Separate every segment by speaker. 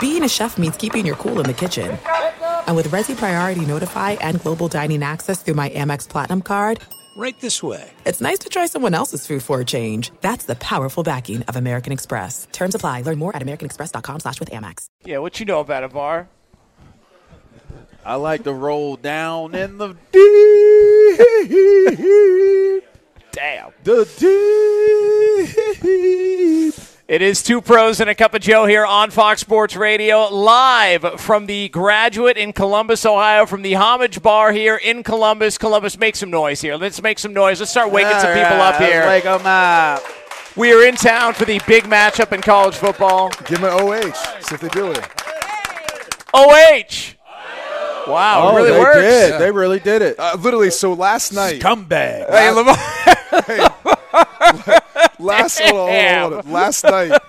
Speaker 1: Being a chef means keeping your cool in the kitchen. And with Resi Priority Notify and Global Dining Access through my Amex Platinum card,
Speaker 2: Right this way.
Speaker 1: it's nice to try someone else's food for a change. That's the powerful backing of American Express. Terms apply. Learn more at americanexpress.com slash with Amex.
Speaker 3: Yeah, what you know about a bar?
Speaker 4: I like to roll down in the deep,
Speaker 3: Damn.
Speaker 4: the deep.
Speaker 3: It is two pros and a cup of Joe here on Fox Sports Radio, live from the graduate in Columbus, Ohio, from the homage bar here in Columbus. Columbus, make some noise here. Let's make some noise. Let's start waking some
Speaker 4: All
Speaker 3: people
Speaker 4: right,
Speaker 3: up here.
Speaker 4: Let's wake 'em up.
Speaker 3: we are in town for the big matchup in college football.
Speaker 5: Give them an OH. See if they do it.
Speaker 3: OH.
Speaker 5: Oh,
Speaker 3: Wow, it really
Speaker 4: they
Speaker 3: works.
Speaker 4: did. They really did it.
Speaker 5: Uh, literally, so last night,
Speaker 4: Scumbag.
Speaker 3: Hey, Lamar.
Speaker 5: last hold on, hold on, hold on. last night,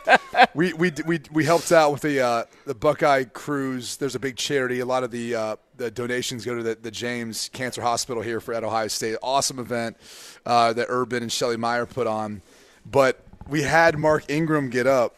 Speaker 5: we, we we we helped out with the uh, the Buckeye Cruise. There's a big charity. A lot of the uh, the donations go to the, the James Cancer Hospital here for at Ohio State. Awesome event uh, that Urban and Shelly Meyer put on. But we had Mark Ingram get up,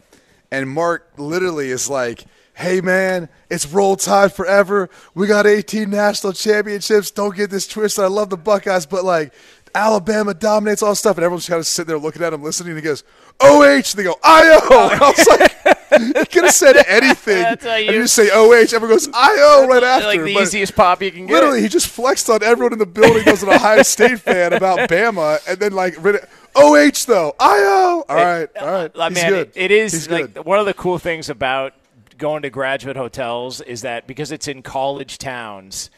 Speaker 5: and Mark literally is like. Hey man, it's roll tide forever. We got 18 national championships. Don't get this twisted. I love the Buckeyes, but like Alabama dominates all stuff, and everyone's kind of sitting there looking at him, listening. And he goes, "Oh," and they go, "I-O." And I was like, "You could have said anything."
Speaker 3: That's how
Speaker 5: And you
Speaker 3: you-
Speaker 5: just say "Oh," everyone goes "I-O" right after.
Speaker 3: like the
Speaker 5: but
Speaker 3: easiest pop you can get.
Speaker 5: Literally, he just flexed on everyone in the building who was an Ohio State fan about Bama, and then like rid- "Oh," though "I-O." All right, all right.
Speaker 3: Like,
Speaker 5: He's
Speaker 3: man,
Speaker 5: good.
Speaker 3: it- Uh, it is
Speaker 5: He's
Speaker 3: like
Speaker 5: good.
Speaker 3: one of the cool things about going to graduate hotels is that because it's in college towns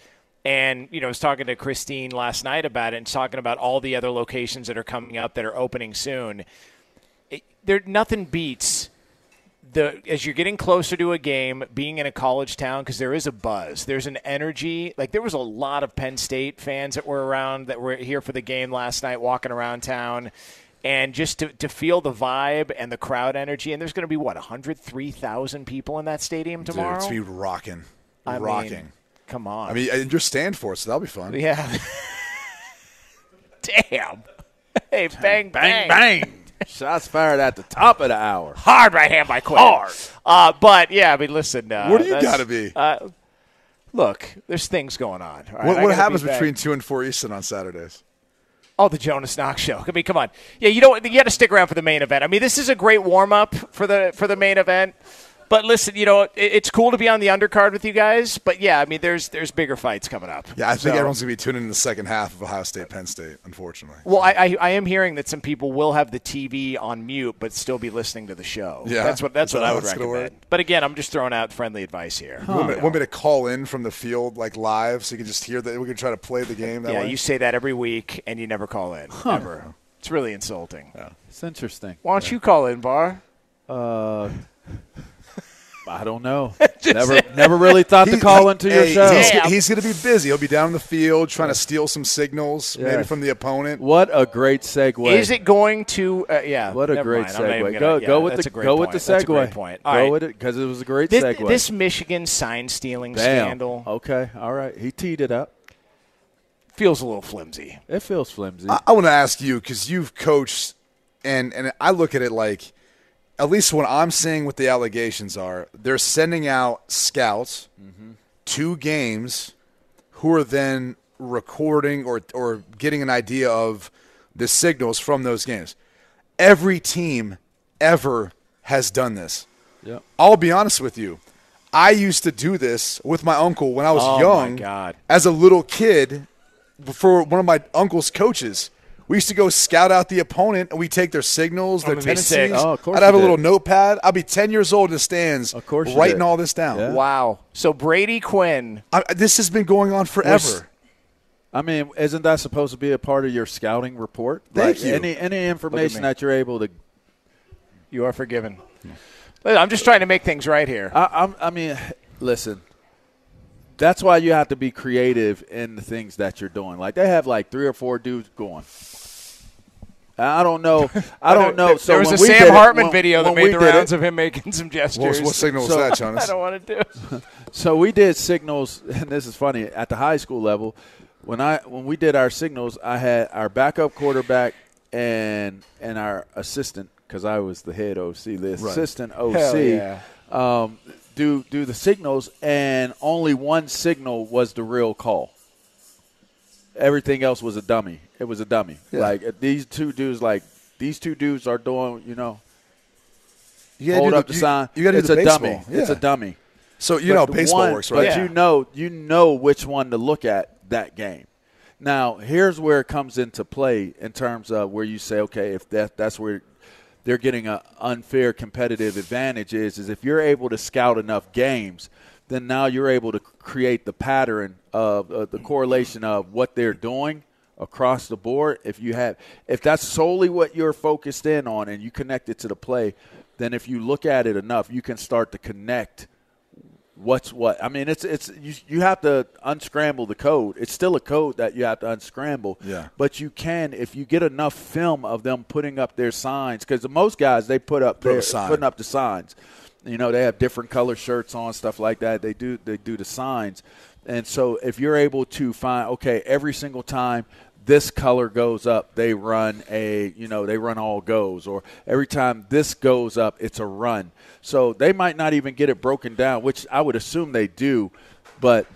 Speaker 3: and you know, I was talking to Christine last night about it and talking about all the other locations that are coming up that are opening soon. It, there nothing beats the as you're getting closer to a game, being in a college town because there is a buzz. There's an energy. Like there was a lot of Penn State fans that were around that were here for the game last night, walking around town, and just to, to feel the vibe and the crowd energy. And there's going to be what 103,000 people in that stadium
Speaker 5: Dude,
Speaker 3: tomorrow.
Speaker 5: it's be rocking,
Speaker 3: I mean,
Speaker 5: rocking.
Speaker 3: come on.
Speaker 5: I mean, and you're stand for it, so that'll be fun.
Speaker 3: yeah. Damn. Hey, bang,
Speaker 4: Bang, bang. Shots fired at the top of the hour.
Speaker 3: hard right hand by Quinn. Hard. Uh, but yeah, I mean, listen. Uh,
Speaker 5: What do you
Speaker 3: that's-
Speaker 5: gotta be?
Speaker 3: Uh, look, there's things going on. all right? I
Speaker 5: What,
Speaker 3: gotta
Speaker 5: what
Speaker 3: be
Speaker 5: happens
Speaker 3: back.
Speaker 5: between two and four Eastern on Saturdays?
Speaker 3: Oh, the Jonas Knox show. I mean, come on. Yeah, you don't. You got to stick around for the main event. I mean, this is a great warm up for the for the main event. But listen, you know, it, it's cool to be on the undercard with you guys. But yeah, I mean, there's there's bigger fights coming up.
Speaker 5: Yeah, I think
Speaker 3: So-
Speaker 5: everyone's gonna be tuning in the second half of Ohio State, Penn State. Unfortunately.
Speaker 3: Well, I, I, I am hearing that some people will have the TV on mute but still be listening to the show.
Speaker 5: Yeah.
Speaker 3: that's what that's
Speaker 5: Is that
Speaker 3: what I
Speaker 5: how
Speaker 3: would
Speaker 5: it's gonna work?
Speaker 3: recommend. But again, I'm just throwing out friendly advice here.
Speaker 5: Want, me, want me to call in from the field like live so you can just hear that we can try to play the game that
Speaker 3: yeah,
Speaker 5: way?
Speaker 3: you say that every week and you never call in. Ever. It's really insulting.
Speaker 4: It's interesting.
Speaker 3: Why don't you call in, Bar?
Speaker 4: Uh, I don't know. never, never really thought to call into your
Speaker 5: hey,
Speaker 4: show.
Speaker 5: He's,
Speaker 3: Yeah.
Speaker 5: he's going to be busy. He'll be down in the field trying to steal some signals, maybe
Speaker 4: Yeah.
Speaker 5: from the opponent.
Speaker 4: What a great segue.
Speaker 3: Is it going to? Uh, yeah.
Speaker 4: What a
Speaker 3: never
Speaker 4: great
Speaker 3: mind. I'm not even
Speaker 4: segue.
Speaker 3: gonna-
Speaker 4: Go,
Speaker 3: yeah,
Speaker 4: go with
Speaker 3: that's
Speaker 4: the
Speaker 3: a great
Speaker 4: go with
Speaker 3: point.
Speaker 4: the segue.
Speaker 3: That's a great point. All
Speaker 4: go
Speaker 3: right.
Speaker 4: with it because it was a great
Speaker 3: This,
Speaker 4: segue. Uh,
Speaker 3: this Michigan sign stealing
Speaker 4: Bam.
Speaker 3: scandal
Speaker 4: Okay, all right. He teed it up.
Speaker 3: feels a little flimsy.
Speaker 4: It feels flimsy.
Speaker 5: I, I want to ask you because you've coached, and and I look at it like, at least what I'm seeing, what the allegations are, they're sending out scouts
Speaker 3: Mm-hmm.
Speaker 5: to games, who are then recording or or getting an idea of the signals from those games. Every team ever has done this.
Speaker 4: Yep.
Speaker 5: I'll be honest with you. I used to do this with my uncle when I was
Speaker 3: Oh, my
Speaker 5: young.
Speaker 3: God.
Speaker 5: As a little kid, for one of my uncle's coaches, we used to go scout out the opponent and we take their signals, their
Speaker 3: gonna be sick.
Speaker 5: tendencies.
Speaker 4: Oh, of course
Speaker 5: I'd have
Speaker 4: you
Speaker 5: a little
Speaker 4: did.
Speaker 5: notepad. I'd be ten years old in the stands,
Speaker 4: Of course you
Speaker 5: writing
Speaker 4: did.
Speaker 5: all this down.
Speaker 4: Yeah.
Speaker 3: Wow. So Brady Quinn.
Speaker 5: I, this has been going on forever.
Speaker 3: Was-
Speaker 4: I mean, isn't that supposed to be a part of your scouting report?
Speaker 5: Thank you.
Speaker 4: Any any information
Speaker 3: me.
Speaker 4: that you're able to.
Speaker 3: You are forgiven. I'm just trying to make things right here.
Speaker 4: I, I'm, I mean, listen. That's why you have to be creative in the things that you're doing. Like they have like three or four dudes going. I don't know. I don't know.
Speaker 3: There,
Speaker 4: So
Speaker 3: there was
Speaker 4: when
Speaker 3: a
Speaker 4: we
Speaker 3: Sam
Speaker 4: did it-
Speaker 3: Hartman
Speaker 4: when-
Speaker 3: video that
Speaker 4: when we
Speaker 3: made the
Speaker 4: did it-
Speaker 3: rounds of him making some
Speaker 5: What, was-
Speaker 3: gestures.
Speaker 5: what signal was
Speaker 4: So-
Speaker 5: that, Jonas?
Speaker 3: I don't want to do.
Speaker 4: So we did signals, and this is funny. At the high school level, when I when we did our signals, I had our backup quarterback and and our assistant because I was the head OC, the assistant OC.
Speaker 3: yeah.
Speaker 4: Um, do do the signals, and only one signal was the real call. Everything else was a dummy. It was a dummy. Like uh, these two dudes, like these two dudes are doing, you know,
Speaker 5: You gotta
Speaker 4: hold
Speaker 5: do
Speaker 4: up the,
Speaker 5: you-
Speaker 4: sign.
Speaker 5: You got to
Speaker 4: it's
Speaker 5: do the
Speaker 4: a
Speaker 5: baseball.
Speaker 4: dummy.
Speaker 5: Yeah.
Speaker 4: It's a dummy.
Speaker 5: So you
Speaker 4: But
Speaker 5: know how
Speaker 4: the
Speaker 5: baseball
Speaker 4: one-
Speaker 5: works,
Speaker 4: But
Speaker 5: right?
Speaker 4: you know, you know which one to look at that game. Now, here's where it comes into play in terms of where you say, okay, if that that's where they're getting an unfair competitive advantage is, is if you're able to scout enough games, then now you're able to create the pattern of uh, the correlation of what they're doing across the board. If you have, if that's solely what you're focused in on and you connect it to the play, then if you look at it enough, you can start to connect what's what. I mean, it's it's you you have to unscramble the code. It's still a code that you have to unscramble.
Speaker 5: Yeah.
Speaker 4: But you can if you get enough film of them putting up their signs because most guys they put up
Speaker 5: up
Speaker 4: their
Speaker 5: a sign.
Speaker 4: putting up the signs. You know, they have different color shirts on, stuff like that. They do they do the signs. And so if you're able to find okay, every single time this color goes up, they run a, you know, they run all goes or every time this goes up, it's a run. So they might not even get it broken down, which I would assume they do, but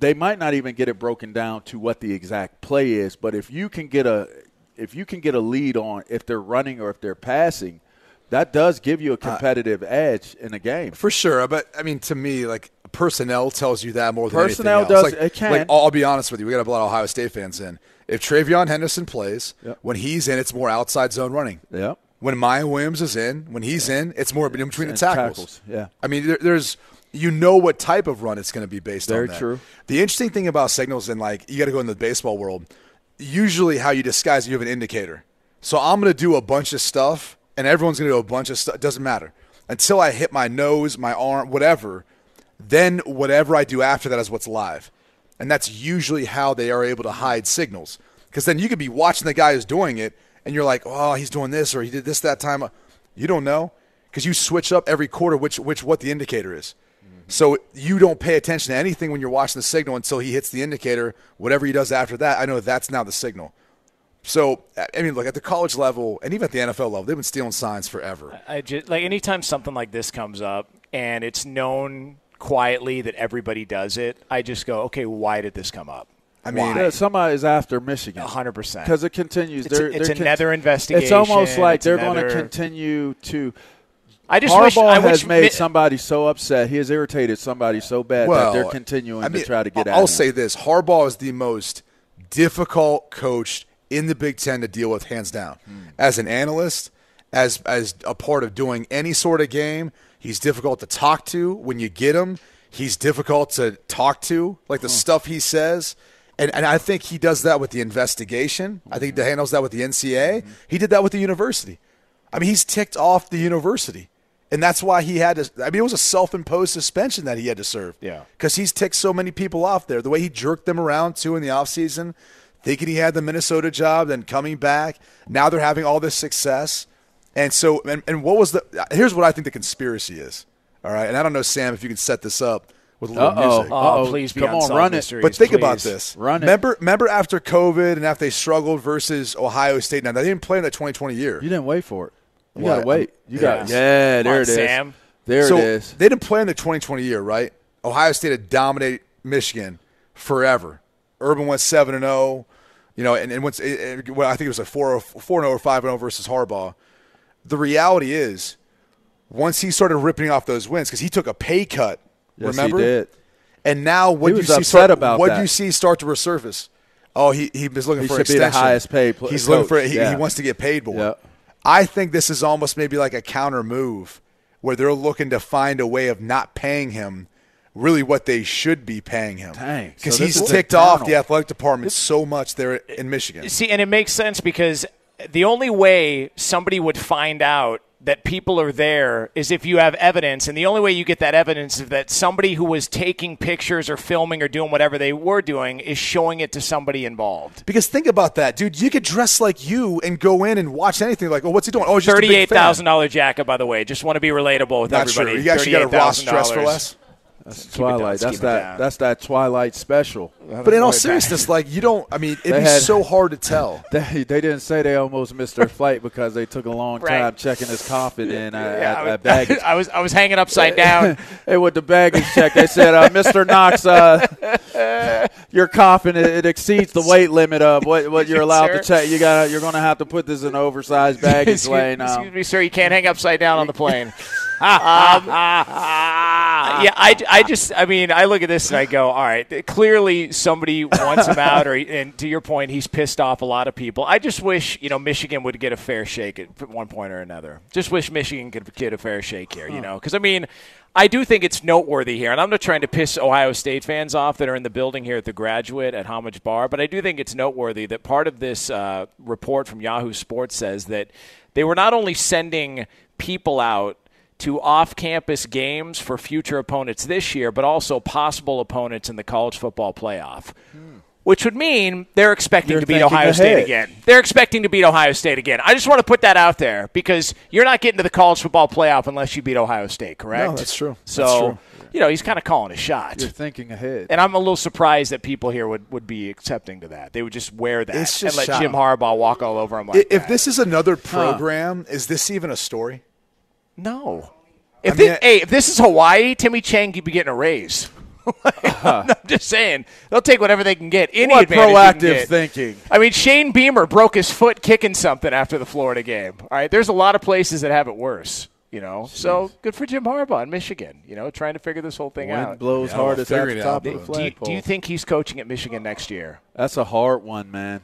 Speaker 4: they might not even get it broken down to what the exact play is, but if you can get a if you can get a lead on if they're running or if they're passing, that does give
Speaker 3: Uh,
Speaker 4: you a competitive edge in a game.
Speaker 5: For sure, but I mean, to me, like personnel tells you that more than
Speaker 4: Personnel
Speaker 5: anything else.
Speaker 4: does-
Speaker 5: Like,
Speaker 4: it can.
Speaker 5: Like, I'll, I'll be honest with you, we got a lot of Ohio State fans in. If Travion Henderson plays,
Speaker 4: Yep.
Speaker 5: when he's in, it's more outside zone running.
Speaker 4: Yep.
Speaker 5: When Maya Williams is in, when he's in, it's more in between
Speaker 4: And
Speaker 5: the tackles.
Speaker 4: tackles, yeah.
Speaker 5: I mean, there, there's you know what type of run it's going to be based on.
Speaker 4: Very
Speaker 5: that.
Speaker 4: true.
Speaker 5: The interesting thing about signals and like you got to go in the baseball world. Usually, how you disguise it, you have an indicator. So I'm going to do a bunch of stuff, and everyone's going to do a bunch of stuff. Doesn't matter until I hit my nose, my arm, whatever. Then whatever I do after that is what's live, and that's usually how they are able to hide signals. Because then you could be watching the guy who's doing it, and you're like, oh, he's doing this or he did this that time. You don't know because you switch up every quarter which which what the indicator is. So you don't pay attention to anything when you're watching the signal until he hits the indicator. Whatever he does after that, I know that's now the signal. So I I mean, look at the college level and even at the NFL level, they've been stealing signs forever.
Speaker 3: I just like anytime something like this comes up and it's known quietly that everybody does it, I just go, okay, why did this come up?
Speaker 5: I mean,
Speaker 4: Yeah, somebody's after Michigan.
Speaker 3: 100%.
Speaker 4: Because it continues.
Speaker 3: It's-
Speaker 4: They're,
Speaker 3: it's
Speaker 4: they're
Speaker 3: another
Speaker 4: It's almost
Speaker 3: investigation.
Speaker 4: like
Speaker 3: It's
Speaker 4: they're going to
Speaker 3: another-
Speaker 4: continue to.
Speaker 3: I just
Speaker 4: Harbaugh
Speaker 3: wish I
Speaker 4: has
Speaker 3: wish
Speaker 4: made
Speaker 3: Mi-
Speaker 4: somebody so upset. He has irritated somebody so bad
Speaker 5: well,
Speaker 4: that they're continuing
Speaker 5: I mean,
Speaker 4: to try to get
Speaker 5: I'll
Speaker 4: at him.
Speaker 5: say this: Harbaugh is the most difficult coach in the Big Ten to deal with, hands down.
Speaker 4: Hmm.
Speaker 5: As an analyst, as as a part of doing any sort of game, he's difficult to talk to. When you get him, he's difficult to talk to. Like the stuff he says. And, and I think he does that with the investigation. I think
Speaker 4: Hmm.
Speaker 5: he handles that with the NCA. He did that with the university. I mean, he's ticked off the university. And that's why he had to. I mean, it was a self imposed suspension that he had to serve.
Speaker 3: Yeah.
Speaker 5: Because he's ticked so many people off there. The way he jerked them around, too, in the offseason, thinking he had the Minnesota job, then coming back. Now they're having all this success. And so, and, and what was the. Here's what I think the conspiracy is. All right. And I don't know, Sam, if you can set this up with a little
Speaker 4: Uh-oh.
Speaker 5: music.
Speaker 3: Oh,
Speaker 4: Uh-oh.
Speaker 3: please be
Speaker 4: Come on,
Speaker 3: unsolved
Speaker 4: run it.
Speaker 3: mysteries,
Speaker 5: But think about
Speaker 3: please.
Speaker 5: this.
Speaker 4: Run it.
Speaker 5: Remember, remember after COVID and after they struggled versus Ohio State. Now they didn't play in that 2020 year.
Speaker 4: You didn't wait for it. You
Speaker 5: What?
Speaker 4: got to wait. You got
Speaker 3: Yeah.
Speaker 4: yeah.
Speaker 3: Come
Speaker 4: There
Speaker 3: on,
Speaker 4: it is.
Speaker 3: Sam.
Speaker 4: There
Speaker 5: so
Speaker 4: it is.
Speaker 5: They didn't play in the 2020 year, right? Ohio State had dominated Michigan forever. Urban went seven and zero, you know, and and once it, it- well, I think it was a four four and zero or five and zero versus Harbaugh. The reality is, once he started ripping off those wins, because he took a pay cut
Speaker 4: Yes,
Speaker 5: remember?
Speaker 4: he did.
Speaker 5: And now what
Speaker 4: He
Speaker 5: do you
Speaker 4: was
Speaker 5: see
Speaker 4: upset
Speaker 5: start,
Speaker 4: about
Speaker 5: what do
Speaker 4: that.
Speaker 5: you see start to resurface? Oh, he he was looking
Speaker 4: He
Speaker 5: for
Speaker 4: should be the
Speaker 5: extension.
Speaker 4: highest paid pl-
Speaker 5: He's looking for
Speaker 4: coach,
Speaker 5: he,
Speaker 4: yeah.
Speaker 5: he wants to get paid more.
Speaker 4: Yeah.
Speaker 5: I think this is almost maybe like a counter move where they're looking to find a way of not paying him really what they should be paying him.
Speaker 4: Dang.
Speaker 5: Because
Speaker 4: So this
Speaker 5: he's
Speaker 4: is a
Speaker 5: ticked off the
Speaker 4: tunnel.
Speaker 5: athletic department so much there in Michigan.
Speaker 3: See, and it makes sense because the only way somebody would find out that people are there is if you have evidence. And the only way you get that evidence is that somebody who was taking pictures or filming or doing whatever they were doing is showing it to somebody involved.
Speaker 5: Because think about that, dude. You could dress like you and go in and watch anything. Like, oh, what's he doing? Oh, he's just a big fan.
Speaker 3: Thirty-eight thousand dollar jacket, by the way. Just want to be relatable with
Speaker 5: Not sure.
Speaker 3: everybody.
Speaker 5: You actually got a Ross dress for
Speaker 3: $38,000.
Speaker 5: less.
Speaker 4: That's
Speaker 3: it down,
Speaker 4: Twilight.
Speaker 3: keep
Speaker 4: That's
Speaker 3: it
Speaker 4: that.
Speaker 3: down.
Speaker 4: That's that Twilight special.
Speaker 5: But in all seriousness, like you don't. I mean, it'd
Speaker 4: They
Speaker 5: be
Speaker 4: had-
Speaker 5: so hard to tell.
Speaker 4: They, they didn't say they almost missed their flight because they took a long
Speaker 3: Right.
Speaker 4: time checking his coffin in uh,
Speaker 3: Yeah,
Speaker 4: at,
Speaker 3: I,
Speaker 4: at baggage.
Speaker 3: was, I was I was hanging upside down.
Speaker 4: Hey, with the baggage check, they said, uh, "Mr. Knox, uh, your coffin it, it exceeds the weight limit of what, what you're allowed to
Speaker 3: Sir.
Speaker 4: check. You got you're going to have to put this in oversized baggage
Speaker 3: excuse,
Speaker 4: lane." Um,
Speaker 3: excuse me, sir. You can't hang upside down on the plane. um, yeah, I, I just, I mean, I look at this and I go, all right, clearly somebody wants him out, or and to your point, he's pissed off a lot of people. I just wish, you know, Michigan would get a fair shake at one point or another. Just wish Michigan could get a fair shake here, you know, because I mean. I do think it's noteworthy here, and I'm not trying to piss Ohio State fans off that are in the building here at the graduate at Homage Bar, but I do think it's noteworthy that part of this uh, report from Yahoo Sports says that they were not only sending people out to off campus games for future opponents this year, but also possible opponents in the college football playoff. Which would mean they're expecting
Speaker 4: They're
Speaker 3: to beat
Speaker 4: thinking
Speaker 3: Ohio State
Speaker 4: ahead.
Speaker 3: again. They're expecting to beat Ohio State again. I just want to put that out there because you're not getting to the college football playoff unless you beat Ohio State, correct?
Speaker 5: No, that's true.
Speaker 3: So,
Speaker 5: That's true.
Speaker 3: you know, he's kind of calling a shot.
Speaker 4: you're thinking ahead.
Speaker 3: and I'm a little surprised that people here would, would be accepting to that. They would just wear that
Speaker 5: It's
Speaker 3: and
Speaker 5: just
Speaker 3: let
Speaker 5: shocking.
Speaker 3: Jim Harbaugh walk all over him like
Speaker 5: I- if
Speaker 3: that.
Speaker 5: this is another program, is this even a story?
Speaker 3: No. If
Speaker 5: I mean,
Speaker 3: thi-
Speaker 5: I-
Speaker 3: hey, if this is Hawaii, Timmy Chang could be getting a raise. I'm just saying, they'll take whatever they can get. Any
Speaker 4: Uh-huh. What
Speaker 3: advantage you can
Speaker 4: proactive
Speaker 3: get.
Speaker 4: thinking.
Speaker 3: I mean, Shane Beamer broke his foot kicking something after the Florida game. All right, there's a lot of places that have it worse. You know, so good for Jim Harbaugh in Michigan. You know, trying to figure this whole thing
Speaker 4: Wind
Speaker 3: out.
Speaker 4: blows hardest at
Speaker 5: figure
Speaker 4: the
Speaker 5: it
Speaker 4: top
Speaker 5: out,
Speaker 4: of the
Speaker 3: do, you,
Speaker 4: flagpole.
Speaker 3: do you think he's coaching at Michigan next year?
Speaker 4: that's a hard one, man?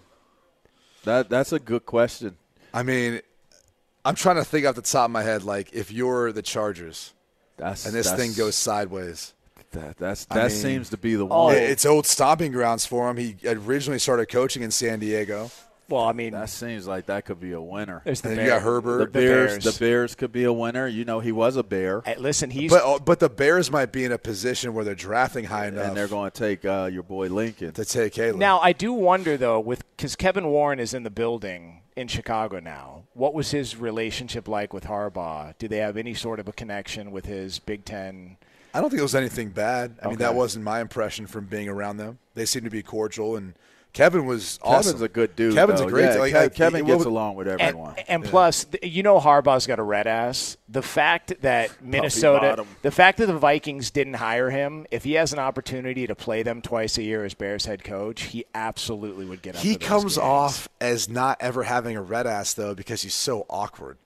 Speaker 4: That that's a good question.
Speaker 5: I mean, I'm trying to think off the top of my head. Like, if you're the Chargers
Speaker 4: That's
Speaker 5: and this
Speaker 4: that's-
Speaker 5: thing goes sideways,
Speaker 4: That that's,
Speaker 5: I
Speaker 4: that
Speaker 5: mean-
Speaker 4: seems to be the
Speaker 5: i-
Speaker 4: one.
Speaker 5: it's old stomping grounds for him. He originally started coaching in San Diego.
Speaker 3: Well, I mean,
Speaker 4: that seems like that could be a winner.
Speaker 3: there's the
Speaker 5: And
Speaker 3: Bear.
Speaker 5: you got
Speaker 4: the
Speaker 5: Herbert,
Speaker 4: Bears,
Speaker 3: Bears.
Speaker 4: the Bears could be a winner. You know, he was a Bear,
Speaker 3: Hey, listen, he's
Speaker 5: but oh, but the Bears might be in a position where they're drafting high enough
Speaker 4: and they're going to take uh, your boy Lincoln.
Speaker 5: to take Caleb.
Speaker 3: Now I do wonder though, with because Kevin Warren is in the building in Chicago now. What was his relationship like with Harbaugh? Do they have any sort of a connection with his Big Ten?
Speaker 5: I don't think it was anything bad. I mean,
Speaker 3: Okay.
Speaker 5: that wasn't my impression from being around them. They seemed to be cordial, and Kevin was
Speaker 4: Kevin's
Speaker 5: awesome.
Speaker 4: a good dude.
Speaker 5: Kevin's
Speaker 4: though.
Speaker 5: a great.
Speaker 4: Yeah,
Speaker 5: like,
Speaker 4: Ke-
Speaker 5: like,
Speaker 4: Kevin
Speaker 5: he-
Speaker 4: gets
Speaker 5: what-
Speaker 4: along with
Speaker 3: And,
Speaker 4: everyone.
Speaker 3: and plus, th- you know Harbaugh's got a red ass. The fact that Minnesota,
Speaker 4: bottom.
Speaker 3: the fact that the Vikings didn't hire him, if he has an opportunity to play them twice a year as Bears head coach, he absolutely would get. up
Speaker 5: He
Speaker 3: for those
Speaker 5: comes
Speaker 3: games.
Speaker 5: off as not ever having a red ass though, because he's so awkward.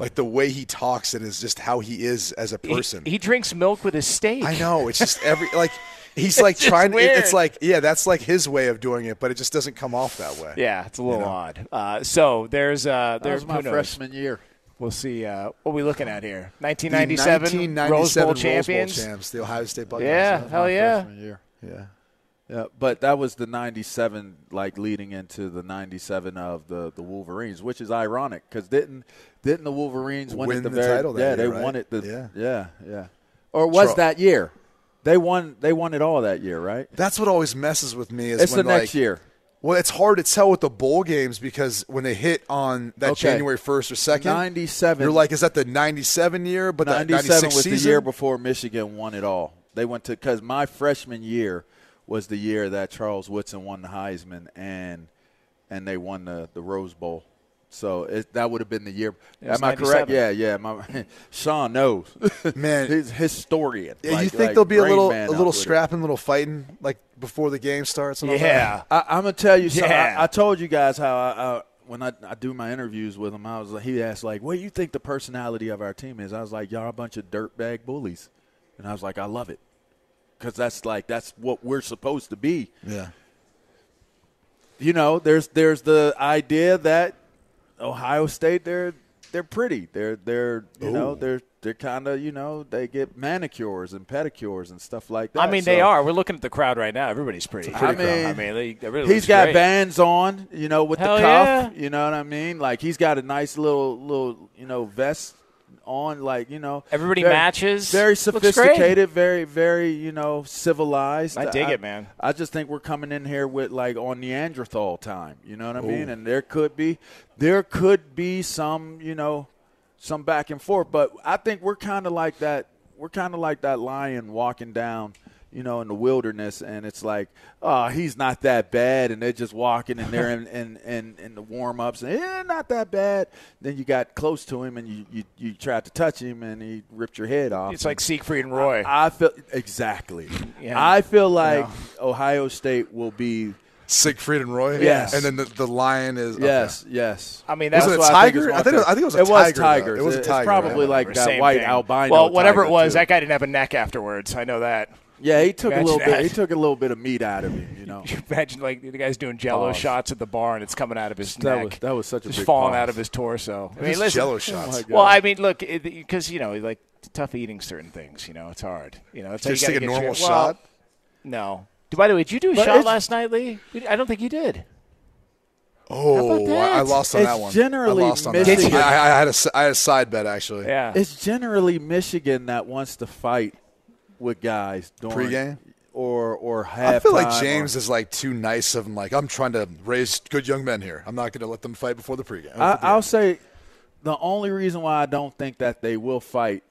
Speaker 5: Like the way he talks and is just how he is as a
Speaker 3: He-
Speaker 5: person.
Speaker 3: He, drinks milk with his steak.
Speaker 5: I know. It's just every like he's like
Speaker 3: just
Speaker 5: trying. it-
Speaker 3: weird.
Speaker 5: It's like yeah, that's like his way of doing it, but it just doesn't come off that way.
Speaker 3: Yeah, it's a little odd. Uh, so there's uh,
Speaker 4: that
Speaker 3: there's
Speaker 4: was my
Speaker 3: who knows?
Speaker 4: freshman year.
Speaker 3: We'll see. Uh, what are we looking at here?
Speaker 5: The
Speaker 3: 1997,
Speaker 5: 1997
Speaker 3: Rose Bowl
Speaker 5: Bowl
Speaker 3: champions.
Speaker 5: champs, the Ohio State Buckeyes.
Speaker 3: yeah,
Speaker 4: My
Speaker 3: hell Oh, yeah.
Speaker 4: freshman year.
Speaker 5: yeah.
Speaker 4: Yeah, but that was the '97, like leading into the '97 of the, the Wolverines, which is ironic because didn't didn't the Wolverines win,
Speaker 5: Win
Speaker 4: at the,
Speaker 5: the
Speaker 4: very,
Speaker 5: title that
Speaker 4: Yeah,
Speaker 5: year,
Speaker 4: they
Speaker 5: right?
Speaker 4: won it. The,
Speaker 5: Yeah.
Speaker 4: yeah, yeah. Or was
Speaker 5: Tro-
Speaker 4: that year? They won. They won it all that year, right?
Speaker 5: That's what always messes with me is
Speaker 4: It's the
Speaker 5: when, like,
Speaker 4: next year.
Speaker 5: Well, it's hard to tell with the bowl games because when they hit on that
Speaker 4: Okay.
Speaker 5: January first or second,
Speaker 4: 97.
Speaker 5: you're like, is that the '97 year? But that
Speaker 4: 97
Speaker 5: '96
Speaker 4: was
Speaker 5: season,
Speaker 4: the year before Michigan won it all. They went to because my freshman year was the year that Charles Woodson won the Heisman and and they won the, the Rose Bowl. So it, that would have been the year. Am
Speaker 3: was
Speaker 4: I correct?
Speaker 3: 97.
Speaker 4: Yeah, yeah. My, Sean knows.
Speaker 5: Man.
Speaker 4: he's a historian.
Speaker 5: Yeah, you
Speaker 4: Like-
Speaker 5: think
Speaker 4: like
Speaker 5: there'll be a
Speaker 4: Rain
Speaker 5: little,
Speaker 4: Man
Speaker 5: a
Speaker 4: out
Speaker 5: little
Speaker 4: with it.
Speaker 5: scrapping, little fighting, like before the game starts? And all
Speaker 3: Yeah.
Speaker 5: that?
Speaker 4: I, I'm gonna tell you something.
Speaker 3: Yeah.
Speaker 4: I, I told you guys how I, I when I, I do my interviews with him, I was like, he asked like, "What do you think the personality of our team is?" I was like, "Y'all a bunch of dirtbag bullies," and I was like, "I love it." because that's like that's what we're supposed to be.
Speaker 5: Yeah.
Speaker 4: You know, there's there's the idea that Ohio State they're they're pretty. They're they're you know they're they're kind of you know they get manicures and pedicures and stuff like that.
Speaker 3: I mean, they
Speaker 4: So-
Speaker 3: are. We're looking at the crowd right now. Everybody's pretty.
Speaker 4: pretty I crowd. mean,
Speaker 3: I mean, they, they really
Speaker 4: He's
Speaker 3: looks
Speaker 4: got
Speaker 3: great.
Speaker 4: bands on, you know, with
Speaker 3: Hell
Speaker 4: the cuff.
Speaker 3: yeah.
Speaker 4: You know what I mean? Like he's got a nice little little you know vest on, like you know.
Speaker 3: Everybody matches.
Speaker 4: Very
Speaker 3: Looks great.
Speaker 4: sophisticated, very very you know civilized.
Speaker 3: I dig it, man.
Speaker 4: I just think we're coming in here with like on Neanderthal time. You know what I mean? And there could be there could be some you know some back and forth, but I think we're kind of like that. We're kind of like that lion walking down. You know, in the wilderness, and it's like, oh, he's not that bad, and they're just walking, and they're in, in, in, in the warm ups, and yeah, not that bad. Then you got close to him, and you, you, you tried to touch him, and he ripped your head off.
Speaker 3: It's like Siegfried and Roy.
Speaker 4: I feel exactly.
Speaker 3: Yeah.
Speaker 4: I feel like Ohio State will be
Speaker 5: Siegfried and Roy.
Speaker 4: Yes.
Speaker 5: And then the, the lion is okay.
Speaker 4: yes, yes.
Speaker 3: I mean,
Speaker 4: That's
Speaker 3: that's
Speaker 5: Was it a
Speaker 4: what I think is
Speaker 5: tiger?
Speaker 4: one
Speaker 5: I think it- I
Speaker 4: thing.
Speaker 5: think it was a tiger, though.
Speaker 4: tigers.
Speaker 5: It was a
Speaker 4: It's
Speaker 5: tiger,
Speaker 4: probably
Speaker 5: right?
Speaker 4: like that
Speaker 3: Same
Speaker 4: white
Speaker 3: thing.
Speaker 4: albino.
Speaker 3: Well, whatever
Speaker 4: tiger,
Speaker 3: it was,
Speaker 4: too.
Speaker 3: that guy didn't have a neck afterwards. I know that.
Speaker 4: yeah, he took a
Speaker 3: Imagine
Speaker 4: little bit.
Speaker 3: that.
Speaker 4: He took a little bit of meat out of him. You know,
Speaker 3: Imagine like the guy's doing Jello
Speaker 4: Pause.
Speaker 3: shots at the bar, and it's coming out of his
Speaker 4: That
Speaker 3: neck.
Speaker 4: was- that was such a
Speaker 3: just
Speaker 4: big
Speaker 3: falling
Speaker 4: pause.
Speaker 3: out of his torso. I mean,
Speaker 5: Just
Speaker 3: listen,
Speaker 5: jello
Speaker 4: Oh
Speaker 5: shots.
Speaker 3: Well, I mean, look, because you know, like tough eating certain things. You know, it's hard. You know, it's
Speaker 5: Just
Speaker 3: how you
Speaker 5: take
Speaker 3: gotta
Speaker 5: a
Speaker 3: get
Speaker 5: normal
Speaker 3: your-
Speaker 5: shot.
Speaker 3: Well, no. Do- By the way, did you do a
Speaker 4: But
Speaker 3: shot
Speaker 4: it's-
Speaker 3: last night, Lee? You- I don't think you did.
Speaker 5: Oh,
Speaker 3: about
Speaker 5: I, I
Speaker 3: that?
Speaker 5: lost on
Speaker 4: It's
Speaker 5: that one.
Speaker 4: generally
Speaker 5: I lost on
Speaker 4: missing
Speaker 5: that.
Speaker 4: it.
Speaker 5: one. I, I- I had a, s- I had a side bet actually.
Speaker 3: Yeah.
Speaker 4: it's generally Michigan that wants to fight with guys during
Speaker 5: Pre-game?
Speaker 4: or or halftime.
Speaker 5: I feel like
Speaker 4: or-
Speaker 5: James is like too nice of him. Like I'm trying to raise good young men here. I'm not going to let them fight before the pregame.
Speaker 4: I, I'll say the only reason why I don't think that they will fight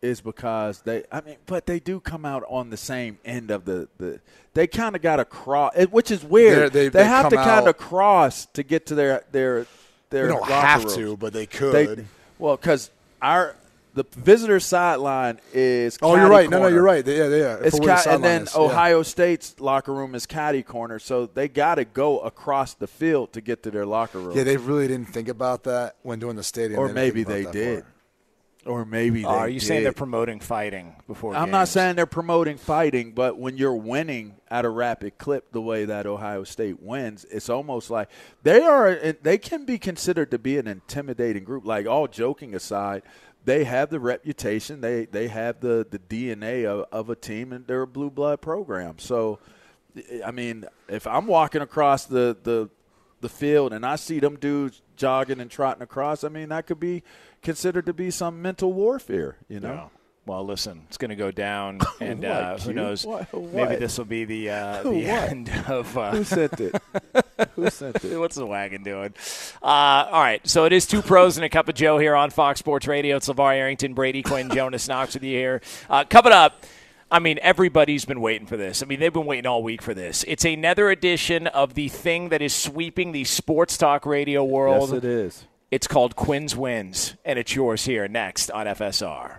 Speaker 4: is because they. I mean, but they do come out on the same end of the. the they kind of got to cross, it- which is weird.
Speaker 5: They're- they- they
Speaker 4: have to
Speaker 5: come
Speaker 4: kind
Speaker 5: out-
Speaker 4: of cross to get to their their their.
Speaker 5: they don't
Speaker 4: locker
Speaker 5: have
Speaker 4: room.
Speaker 5: to, but they could.
Speaker 4: They well, because our the visitor sideline is.
Speaker 5: oh, you're
Speaker 4: county
Speaker 5: right. No, no,
Speaker 4: corner.
Speaker 5: you're right. They- Yeah, they are.
Speaker 4: It's
Speaker 5: For where the
Speaker 4: ca-
Speaker 5: sideline
Speaker 4: and then
Speaker 5: is. Yeah.
Speaker 4: Ohio State's locker room is caddy corner, so they got to go across the field to get to their locker room.
Speaker 5: Yeah. they really didn't think about that when doing the stadium.
Speaker 4: or
Speaker 5: didn't
Speaker 4: maybe
Speaker 5: think about
Speaker 4: they
Speaker 5: that
Speaker 4: did.
Speaker 5: part.
Speaker 4: Or maybe they.
Speaker 3: Oh, are you saying they're
Speaker 4: did.
Speaker 3: promoting fighting before?
Speaker 4: I'm not
Speaker 3: games?
Speaker 4: saying they're promoting fighting, but when you're winning at a rapid clip the way that Ohio State wins, it's almost like they are. They can be considered to be an intimidating group. Like all joking aside, they have the reputation. They they have the the DNA of, of a team, and they're a blue blood program. So, I mean, if I'm walking across the the the field and I see them dudes jogging and trotting across, I mean that could be considered to be some mental warfare. You know.
Speaker 3: No. Well, listen, it's going to go down, and uh,
Speaker 4: What,
Speaker 3: who
Speaker 4: Q?
Speaker 3: knows?
Speaker 4: What-
Speaker 3: Maybe
Speaker 4: what?
Speaker 3: this will be the uh, the
Speaker 4: What?
Speaker 3: end of uh,
Speaker 4: Who sent it? Who sent it?
Speaker 3: What's the wagon doing? Uh, all right, so it is two pros and a cup of Joe here on Fox Sports Radio. It's LeVar Arrington, Brady Quinn, Jonas Knox with you here. Uh, coming up, I mean, everybody's been waiting for this. I mean, they've been waiting all week for this. It's another edition of the thing that is sweeping the sports talk radio world.
Speaker 4: Yes, it is.
Speaker 3: It's called Quinn's Wins, and it's yours here next on FSR.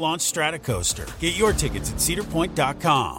Speaker 6: launch strata coaster. Get your tickets at cedarpoint.com.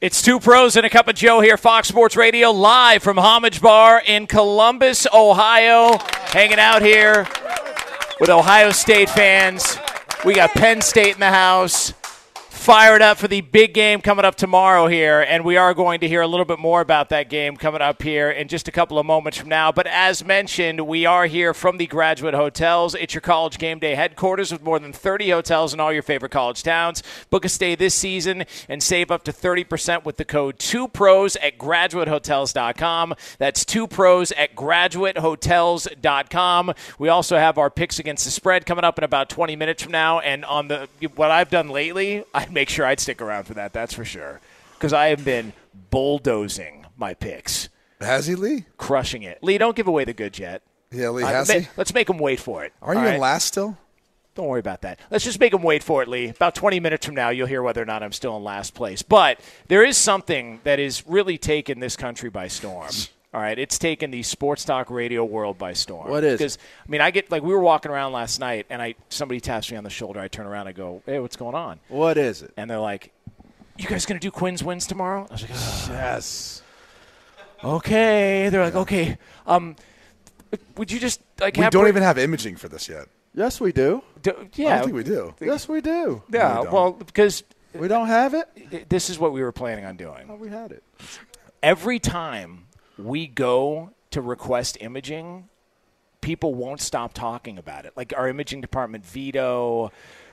Speaker 3: It's two pros and a cup of Joe here, Fox Sports Radio, live from Homage Bar in Columbus, Ohio. Hanging out here with Ohio State fans. We got Penn State in the house. Fired up for the big game coming up tomorrow here, and we are going to hear a little bit more about that game coming up here in just a couple of moments from now. But as mentioned, we are here from the Graduate Hotels. It's your college game day headquarters with more than 30 hotels in all your favorite college towns. Book a stay this season and save up to 30% with the code 2PROS at graduatehotels.com. That's 2PROS at graduatehotels.com. We also have our picks against the spread coming up in about 20 minutes from now. And on the what I've done lately, I'd make sure I'd stick around for that, that's for sure. Because I have been bulldozing my picks,
Speaker 5: Has he, Lee?
Speaker 3: crushing it. Lee, don't give away the good yet.
Speaker 5: Yeah, Lee,
Speaker 3: Uh,
Speaker 5: has
Speaker 3: ma-
Speaker 5: he?
Speaker 3: Let's make them wait for it.
Speaker 5: Are you
Speaker 3: all
Speaker 5: in
Speaker 3: right?
Speaker 5: last still?
Speaker 3: Don't worry about that. Let's just make them wait for it, Lee. About 20 minutes from now, you'll hear whether or not I'm still in last place. But there is something that has really taken this country by storm. All right, it's taken the sports talk radio world by storm.
Speaker 4: What is?
Speaker 3: Because I mean, I get like we were walking around last night, and I somebody taps me on the shoulder. I turn around, I go, "Hey, what's going on?"
Speaker 4: What is it?
Speaker 3: And they're like, "You guys gonna do Quinn's wins tomorrow?" I was like, "Ugh."
Speaker 4: Yes.
Speaker 3: "Okay." They're like, "Okay, um, would you just like
Speaker 5: We
Speaker 3: have
Speaker 5: don't
Speaker 3: Brit-
Speaker 5: even have imaging for this yet.
Speaker 4: Yes, we do.
Speaker 3: do-
Speaker 5: I
Speaker 3: yeah
Speaker 5: don't think we do.
Speaker 4: Yes, we do.
Speaker 3: yeah
Speaker 5: we don't.
Speaker 3: well because uh,
Speaker 4: We don't have it.
Speaker 3: this is what we were planning on doing."
Speaker 4: Oh, we had it.
Speaker 3: every time we go to request imaging, people won't stop talking about it. Like our imaging department, Vito,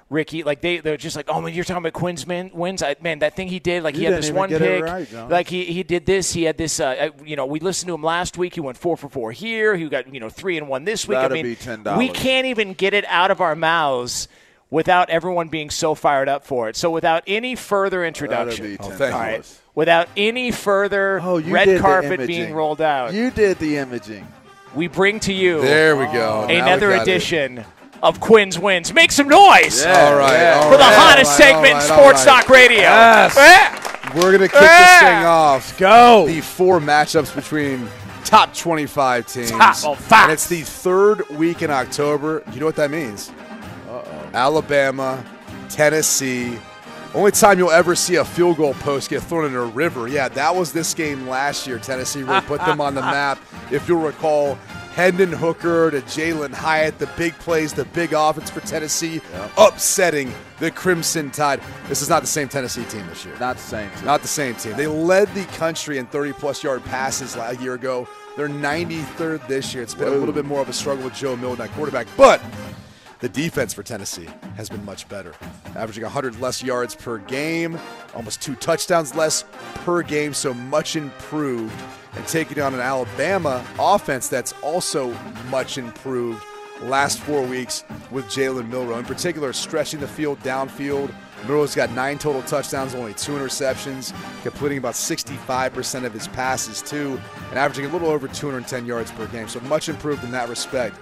Speaker 3: Ricky, like they they're just like, oh man, you're talking about Quinn's min- wins. I, man, that thing he did, like
Speaker 4: You
Speaker 3: he had
Speaker 4: didn't
Speaker 3: this
Speaker 4: even
Speaker 3: one
Speaker 4: get it
Speaker 3: pick,
Speaker 4: right, John.
Speaker 3: like he he did this, he had this. Uh, I- you know, we listened to him last week. He went four for four here. He got you know three and one this week.
Speaker 4: That'd
Speaker 3: I mean,
Speaker 4: be $10.
Speaker 3: we can't even get it out of our mouths. Without everyone being so fired up for it. So, without any further
Speaker 4: That'd
Speaker 3: introduction,
Speaker 4: be
Speaker 5: Oh,
Speaker 4: ten
Speaker 5: thank you.
Speaker 3: all right.
Speaker 4: dollars.
Speaker 3: Without any further
Speaker 4: Oh, you did
Speaker 3: red
Speaker 4: the
Speaker 3: carpet
Speaker 4: imaging.
Speaker 3: being rolled out,
Speaker 4: You did the imaging.
Speaker 3: we bring to you
Speaker 5: There we go. Now we
Speaker 3: another
Speaker 5: got it.
Speaker 3: edition of Quinn's Wins. Make some noise
Speaker 5: All right. all
Speaker 3: for the
Speaker 5: right,
Speaker 3: hottest
Speaker 5: all right,
Speaker 3: segment in
Speaker 5: all right, all
Speaker 3: sports
Speaker 5: right.
Speaker 3: talk radio.
Speaker 4: Yes.
Speaker 3: Eh,
Speaker 5: We're going to kick
Speaker 3: Yeah.
Speaker 5: this thing off.
Speaker 4: Go.
Speaker 5: The four matchups between top 25 teams.
Speaker 3: Top of five.
Speaker 5: And it's the third week in October. You know what that means? Alabama, Tennessee. Only time you'll ever see a field goal post get thrown in a river. Yeah, that was this game last year. Tennessee really put them on the map. If you'll recall, Hendon Hooker to Jalen Hyatt, the big plays, the big offense for Tennessee, upsetting the Crimson Tide. This is not the same Tennessee team this year.
Speaker 4: Not the same. Team.
Speaker 5: Not the same team. They led the country in 30 plus yard passes la- a year ago. They're 93rd this year. It's been a little bit more of a struggle with Joe Milton at quarterback, but the defense for Tennessee has been much better, averaging 100 less yards per game, almost two touchdowns less per game, so much improved. And taking on an Alabama offense that's also much improved last four weeks with Jalen Milrow, in particular, stretching the field downfield. Milrow's got nine total touchdowns, only two interceptions, completing about 65% of his passes, too, and averaging a little over 210 yards per game. So much improved in that respect.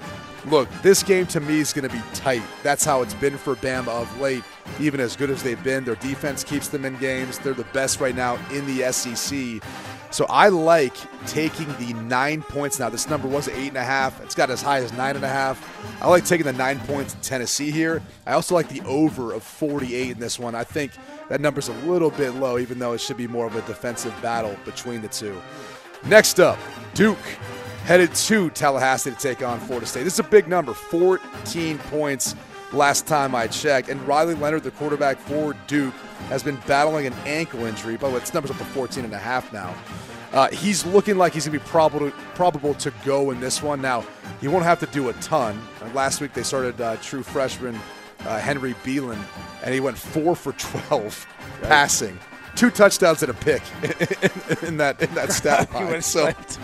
Speaker 5: Look, this game to me is going to be tight. That's how it's been for Bama of late. Even as good as they've been, their defense keeps them in games. They're the best right now in the SEC. So I like taking the nine points. Now this number was eight and a half. It's got as high as nine and a half. I like taking the nine points to Tennessee here. I also like the over of 48 in this one. I think that number's a little bit low, even though it should be more of a defensive battle between the two. Next up, Duke headed to Tallahassee to take on Florida State. This is a big number, 14 points. last time I checked. And Riley Leonard, the quarterback for Duke, has been battling an ankle injury. By the way, its numbers up to 14 and a half now. Uh, he's looking like he's going to be probable, probable to go in this one. Now, he won't have to do a ton. And last week they started uh, true freshman uh, Henry Beelan, and he went four for 12 passing. Two touchdowns and a pick in, in that in that stat line.
Speaker 3: went
Speaker 5: So,
Speaker 3: straight.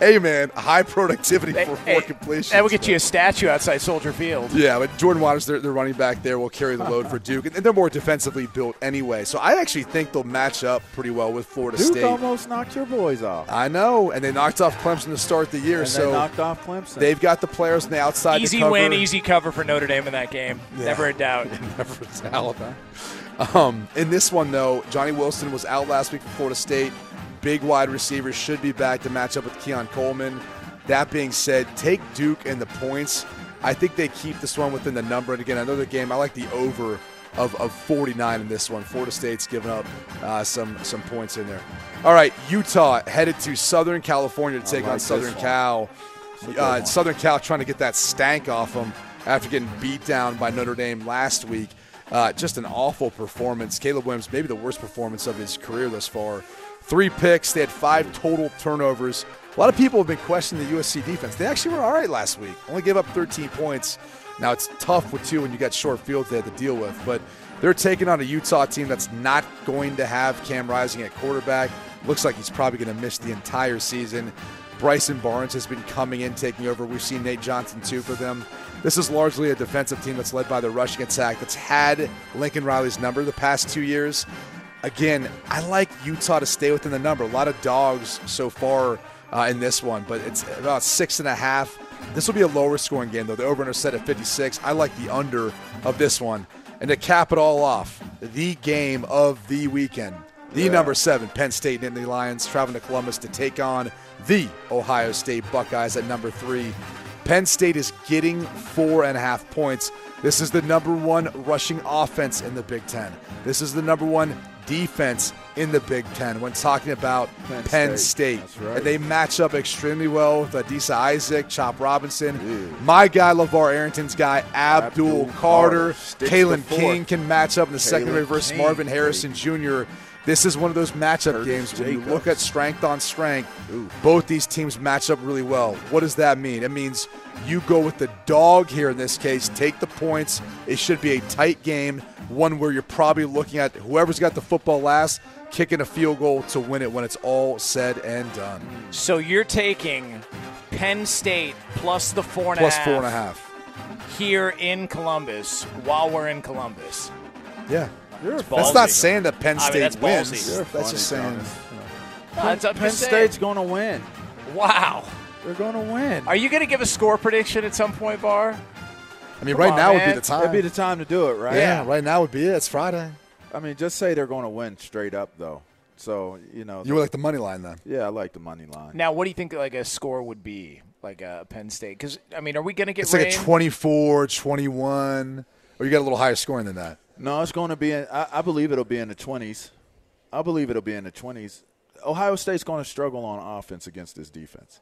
Speaker 5: hey man, high productivity for
Speaker 3: Hey,
Speaker 5: four completions.
Speaker 3: That will get
Speaker 5: man.
Speaker 3: you a statue outside Soldier Field.
Speaker 5: Yeah, but Jordan Waters, their, their running back there, will carry the load for Duke, and they're more defensively built anyway. So I actually think they'll match up pretty well with Florida
Speaker 4: Duke
Speaker 5: State.
Speaker 4: almost knocked your boys off.
Speaker 5: I know, and they knocked off Clemson to start the year,
Speaker 4: and
Speaker 5: so
Speaker 4: they knocked off Clemson.
Speaker 5: they've got the players on the outside. to
Speaker 3: Easy
Speaker 5: cover.
Speaker 3: win, easy cover for Notre Dame in that game. Never a doubt.
Speaker 5: Never it's Alabama. Um, in this one though, Johnny Wilson was out last week for Florida State. Big wide receivers should be back to match up with Keon Coleman. That being said, take Duke and the points. I think they keep this one within the number. And again, another game I like the over of, of 49 in this one. Florida State's given up uh, some some points in there. All right, Utah headed to Southern California to take
Speaker 4: like
Speaker 5: on
Speaker 4: this
Speaker 5: Southern
Speaker 4: one.
Speaker 5: Cal.
Speaker 4: a good
Speaker 5: Uh,
Speaker 4: one.
Speaker 5: Southern Cal trying to get that stank off them after getting beat down by Notre Dame last week. Uh, just an awful performance. Caleb Williams, maybe the worst performance of his career thus far. Three picks. They had five total turnovers. A lot of people have been questioning the USC defense. They actually were all right last week. Only gave up 13 points. Now it's tough with two when you got short fields they had to deal with, but they're taking on a Utah team that's not going to have Cam Rising at quarterback. Looks like he's probably going to miss the entire season. Bryson Barnes has been coming in, taking over. We've seen Nate Johnson too for them. This is largely a defensive team that's led by the rushing attack that's had Lincoln Riley's number the past two years. Again, I like Utah to stay within the number. A lot of dogs so far uh, in this one, but it's about six and a half. This will be a lower scoring game, though. The over under set at 56. I like the under of this one. And to cap it all off, the game of the weekend. The number seven, Penn State Nittany Lions traveling to Columbus to take on the Ohio State Buckeyes at number three. Penn State is getting four and a half points. This is the number one rushing offense in the Big Ten. This is the number one defense in the Big Ten when talking about Penn,
Speaker 4: Penn
Speaker 5: State.
Speaker 4: State. That's right.
Speaker 5: And they match up extremely well with Adisa Isaac, Chop Robinson. My guy, LeVar Arrington's guy, Abdul,
Speaker 4: Abdul
Speaker 5: Carter,
Speaker 4: Carter. Sticks to
Speaker 5: Kaylin
Speaker 4: four.
Speaker 5: King can match up in the secondary versus
Speaker 4: King,
Speaker 5: Marvin Harrison Jr. This is one of those matchup
Speaker 4: Curtis
Speaker 5: games when you
Speaker 4: Jacobs.
Speaker 5: look at strength on strength. Both these teams match up really well. What does that mean? It means you go with the dog here in this case, take the points. It should be a tight game, one where you're probably looking at whoever's got the football last kicking a field goal to win it when it's all said and done.
Speaker 3: So you're taking Penn State plus the four and a
Speaker 5: Plus
Speaker 3: half
Speaker 5: four and a half.
Speaker 3: here in Columbus while we're in Columbus.
Speaker 5: Yeah.
Speaker 4: You're a
Speaker 5: That's
Speaker 3: ballsy.
Speaker 5: not saying that Penn
Speaker 3: I mean,
Speaker 5: State
Speaker 3: that's
Speaker 5: wins.
Speaker 3: ballsy.
Speaker 4: You're
Speaker 5: That's just
Speaker 4: funny,
Speaker 5: saying.
Speaker 4: Jonas.
Speaker 3: That's up
Speaker 4: Penn State's going to win.
Speaker 3: Wow.
Speaker 4: They're going to win.
Speaker 3: Are you going to give a score prediction at some point, Bar?
Speaker 5: I mean,
Speaker 3: Come
Speaker 5: right
Speaker 3: on,
Speaker 5: now would
Speaker 3: man.
Speaker 5: be the time.
Speaker 4: That'd be the time to do it, right?
Speaker 5: yeah, right now would be it. It's Friday.
Speaker 4: I mean, just say they're going to win straight up, though. So you know,
Speaker 5: You were like the money line then.
Speaker 4: yeah, I like the money line.
Speaker 3: Now, what do you think like a score would be, like a Penn State? Because I mean, are we going to get
Speaker 5: It's like a
Speaker 3: rain?
Speaker 5: 24, 21. Or you got a little higher scoring than that.
Speaker 4: No, it's going to be. In, I, I believe it'll be in the twenties. I believe it'll be in the twenties. Ohio State's going to struggle on offense against this defense.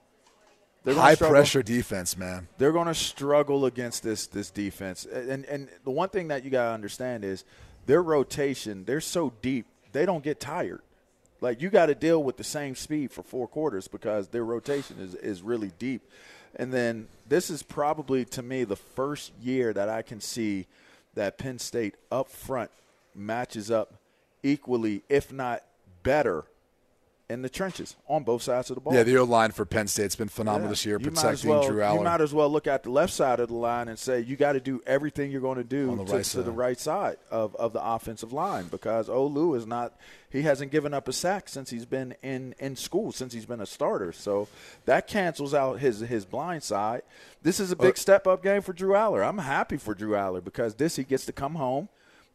Speaker 4: They're gonna
Speaker 5: High
Speaker 4: struggle-
Speaker 5: pressure defense, man.
Speaker 4: They're going to struggle against this this defense. And and the one thing that you got to understand is their rotation. They're so deep, they don't get tired. Like you got to deal with the same speed for four quarters because their rotation is is really deep. And then this is probably to me the first year that I can see that Penn State up front matches up equally, if not better, in the trenches on both sides of the ball.
Speaker 5: Yeah, the O line for Penn State's been phenomenal
Speaker 4: Yeah.
Speaker 5: this year,
Speaker 4: You might as
Speaker 5: protecting
Speaker 4: well-
Speaker 5: Drew
Speaker 4: You might
Speaker 5: Aller.
Speaker 4: as well look at the left side of the line and say you got to do everything you're going to do
Speaker 5: On the
Speaker 4: to,
Speaker 5: right
Speaker 4: to the
Speaker 5: side.
Speaker 4: right side of, of the offensive line because Olu is not he hasn't given up a sack since he's been in, in school since he's been a starter. So that cancels out his his blind side. This is a
Speaker 5: Uh,
Speaker 4: big step up game for Drew Aller. I'm happy for Drew Aller because this he gets to come home.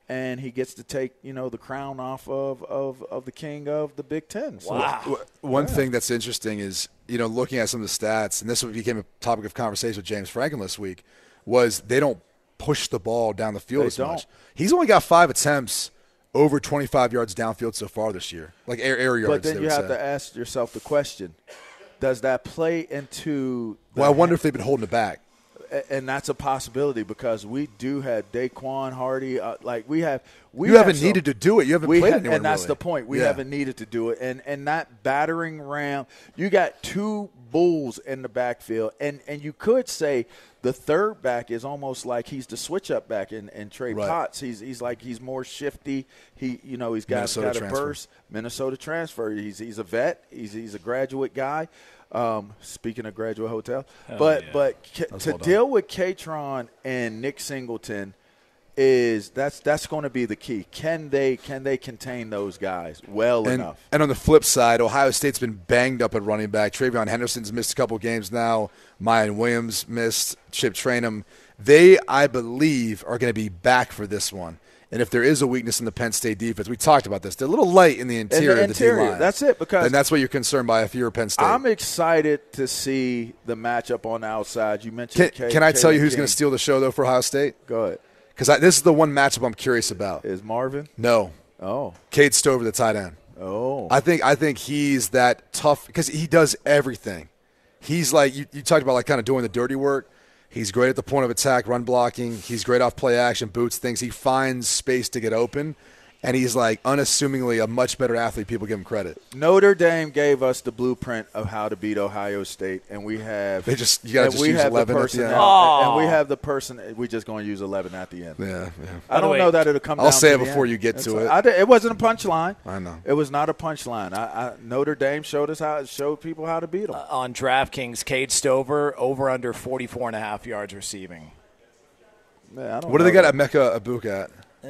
Speaker 4: And he gets to take, you know, the crown off of, of, of the king of the Big Ten. So
Speaker 5: W- One thing that's interesting is, you know, looking at some of the stats, and this became a topic of conversation with James Franklin this week, was they don't push the ball down the field
Speaker 4: They
Speaker 5: as much.
Speaker 4: don't.
Speaker 5: He's only got five attempts over 25 yards downfield so far this year, like air, air yards.
Speaker 4: But then
Speaker 5: they
Speaker 4: you
Speaker 5: would
Speaker 4: have
Speaker 5: say.
Speaker 4: to ask yourself the question: Does that play into? The
Speaker 5: Well, I wonder if they've been holding it back.
Speaker 4: and that's a possibility because we do have Daquan Hardy. Uh, like we have, we
Speaker 5: You haven't
Speaker 4: have some-
Speaker 5: needed to do it. You haven't
Speaker 4: we
Speaker 5: played
Speaker 4: ha-
Speaker 5: anyone,
Speaker 4: and that's
Speaker 5: really.
Speaker 4: the point. We
Speaker 5: Yeah.
Speaker 4: haven't needed to do it. And and that battering ram, you got two bulls in the backfield, and and you could say the third back is almost like he's the switch up back in, in Trey
Speaker 5: Right.
Speaker 4: Potts. He's he's like he's more shifty. He you know he's got
Speaker 5: Minnesota
Speaker 4: got a
Speaker 5: transfer.
Speaker 4: burst. Minnesota transfer. He's he's a vet. He's he's a graduate guy. Um, speaking of graduate hotel, but but K- to deal with Katron and Nick Singleton is that's that's going to be the key. Can they can they contain those guys well
Speaker 5: And,
Speaker 4: enough?
Speaker 5: and on the flip side, Ohio State's been banged up at running back. Travion Henderson's missed a couple games now. Mayan Williams missed. Chip Trainum. They, I believe, are going to be back for this one. And if there is a weakness in the Penn State defense, we talked about this. They're a little light in the interior. of
Speaker 4: interior,
Speaker 5: the D-line.
Speaker 4: that's it, because-
Speaker 5: and that's what you're concerned by if you're Penn State.
Speaker 4: I'm excited to see the matchup on the outside. You
Speaker 5: can,
Speaker 4: mentioned. K-
Speaker 5: can I tell you
Speaker 4: Kalen
Speaker 5: who's going to
Speaker 4: King.
Speaker 5: steal the show though for Ohio State?
Speaker 4: Go ahead.
Speaker 5: Because this is the one matchup I'm curious about.
Speaker 4: Is Marvin?
Speaker 5: No,
Speaker 4: Oh,
Speaker 5: Cade Stover, the tight end.
Speaker 4: oh.
Speaker 5: I think I think he's that tough because he does everything. He's like you, you talked about, like kind of doing the dirty work. He's great at the point of attack, run blocking. He's great off play action, boots things. He finds space to get open, and he's like unassumingly a much better athlete. People give him credit.
Speaker 4: Notre Dame gave us the blueprint of how to beat Ohio State, and we have
Speaker 5: They just- you gotta
Speaker 4: and
Speaker 5: just
Speaker 4: we
Speaker 5: use
Speaker 4: have
Speaker 5: 11 at
Speaker 4: the
Speaker 5: the
Speaker 4: personnel,
Speaker 5: end.
Speaker 4: and- and we have the person. We're just going to use eleven at the end.
Speaker 5: Yeah, yeah.
Speaker 4: I don't
Speaker 7: way-
Speaker 4: know that it'll come.
Speaker 5: I'll
Speaker 4: down
Speaker 5: say
Speaker 4: to
Speaker 5: it
Speaker 4: the
Speaker 5: before
Speaker 4: end.
Speaker 5: you get to
Speaker 4: It's-
Speaker 5: it.
Speaker 4: I di- it wasn't a punchline.
Speaker 5: I know.
Speaker 4: it was not a punchline. I, I, Notre Dame showed us how showed people how to beat them.
Speaker 3: on DraftKings, Cade Stover over under 44 and a half yards receiving.
Speaker 4: Yeah, I don't
Speaker 5: What do
Speaker 4: know
Speaker 5: they got
Speaker 4: that.
Speaker 5: at Mecca Abuka at?
Speaker 3: Uh,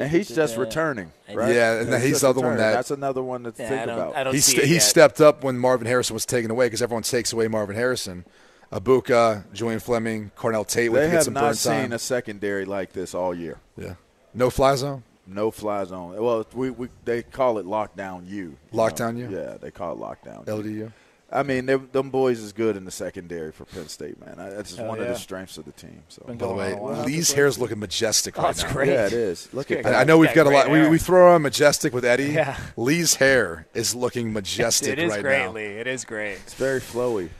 Speaker 4: And he's just returning, right?
Speaker 5: Yeah, and he's
Speaker 4: just
Speaker 5: the other one
Speaker 4: returning.
Speaker 5: that-
Speaker 4: that's another one to
Speaker 3: Yeah,
Speaker 4: think
Speaker 3: I don't,
Speaker 4: about.
Speaker 3: I don't
Speaker 5: He,
Speaker 3: see
Speaker 5: st-
Speaker 3: it
Speaker 5: he
Speaker 3: yet.
Speaker 5: stepped up when Marvin Harrison was taken away because everyone takes away Marvin Harrison. Abuka, Julian Fleming, Cornell Tate. we
Speaker 4: they
Speaker 5: could get
Speaker 4: have
Speaker 5: some
Speaker 4: not
Speaker 5: burn
Speaker 4: seen
Speaker 5: time.
Speaker 4: a secondary like this all year.
Speaker 5: yeah. No fly zone.
Speaker 4: No fly zone. Well, we, we they call it lockdown U. you
Speaker 5: Lockdown
Speaker 4: know?
Speaker 5: U?
Speaker 4: Yeah, they call it lockdown. U.
Speaker 5: LDU.
Speaker 4: I mean, they- them boys is good in the secondary for Penn State, man. I- That's just one of
Speaker 3: yeah.
Speaker 4: the strengths of the team. So
Speaker 5: By the way,
Speaker 4: Oh,
Speaker 5: Lee's hair's looking majestic right
Speaker 3: That's
Speaker 5: now.
Speaker 3: great.
Speaker 4: yeah, it is. Look at
Speaker 3: It's
Speaker 5: I-
Speaker 4: that.
Speaker 5: I know we've got a
Speaker 3: Oh, Great
Speaker 5: lot. We,
Speaker 3: hair.
Speaker 5: we throw on majestic with Eddie.
Speaker 3: Yeah.
Speaker 5: Lee's hair is looking majestic
Speaker 3: It is
Speaker 5: right
Speaker 3: great,
Speaker 5: now.
Speaker 3: Lee. It is great.
Speaker 4: It's very flowy.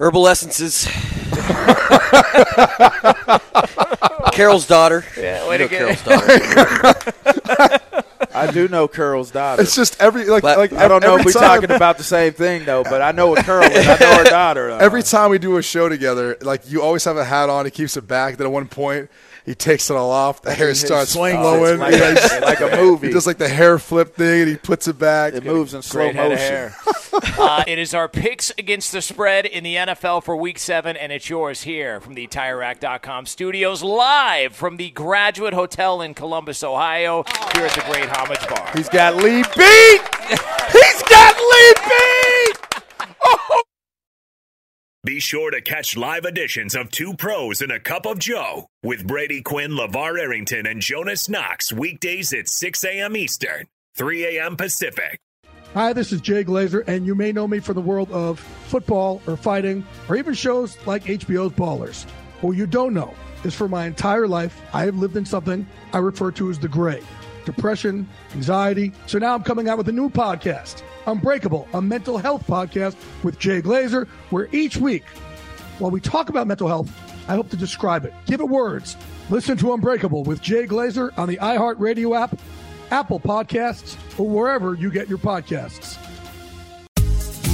Speaker 8: Herbal essences. Carol's daughter.
Speaker 3: Yeah,
Speaker 8: You know Carol's daughter.
Speaker 4: I do know Curl's daughter.
Speaker 5: It's just every like
Speaker 8: But
Speaker 5: like
Speaker 4: I don't know
Speaker 5: every
Speaker 4: if we're
Speaker 5: time,
Speaker 4: talking about the same thing though, but I know a Curl is. I know her daughter. Though.
Speaker 5: every time we do a show together. Like you always have a hat on. He keeps it back. Then at one point he takes it all off. The hair
Speaker 4: He
Speaker 5: starts
Speaker 4: swings it
Speaker 5: flowing.
Speaker 4: like,
Speaker 5: Yeah, he's-
Speaker 4: a, like a movie.
Speaker 5: he does like the hair flip thing and he puts it back.
Speaker 4: it moves in slow
Speaker 3: Great head of
Speaker 4: motion.
Speaker 3: hair. uh, it is our picks against the spread in the NFL for Week Seven, and it's yours here from the TireRack.com studios, live from the Graduate Hotel in Columbus, Ohio, here at the Great Homage Bar.
Speaker 4: He's got Lee beat. He's got Lee beat.
Speaker 2: Be sure to catch live editions of Two Pros and a Cup of Joe with Brady Quinn, Lavar Errington, and Jonas Knox weekdays at 6 a.m. Eastern, 3 a.m. Pacific.
Speaker 9: Hi, this is Jay Glazer, and you may know me from the world of football or fighting or even shows like HBO's Ballers. But what you don't know is for my entire life, I have lived in something I refer to as the gray depression, anxiety. So now I'm coming out with a new podcast, Unbreakable, a mental health podcast with Jay Glazer, where each week, while we talk about mental health, I hope to describe it, give it words. Listen to Unbreakable with Jay Glazer on the iHeartRadio app, Apple Podcasts, or wherever you get your podcasts.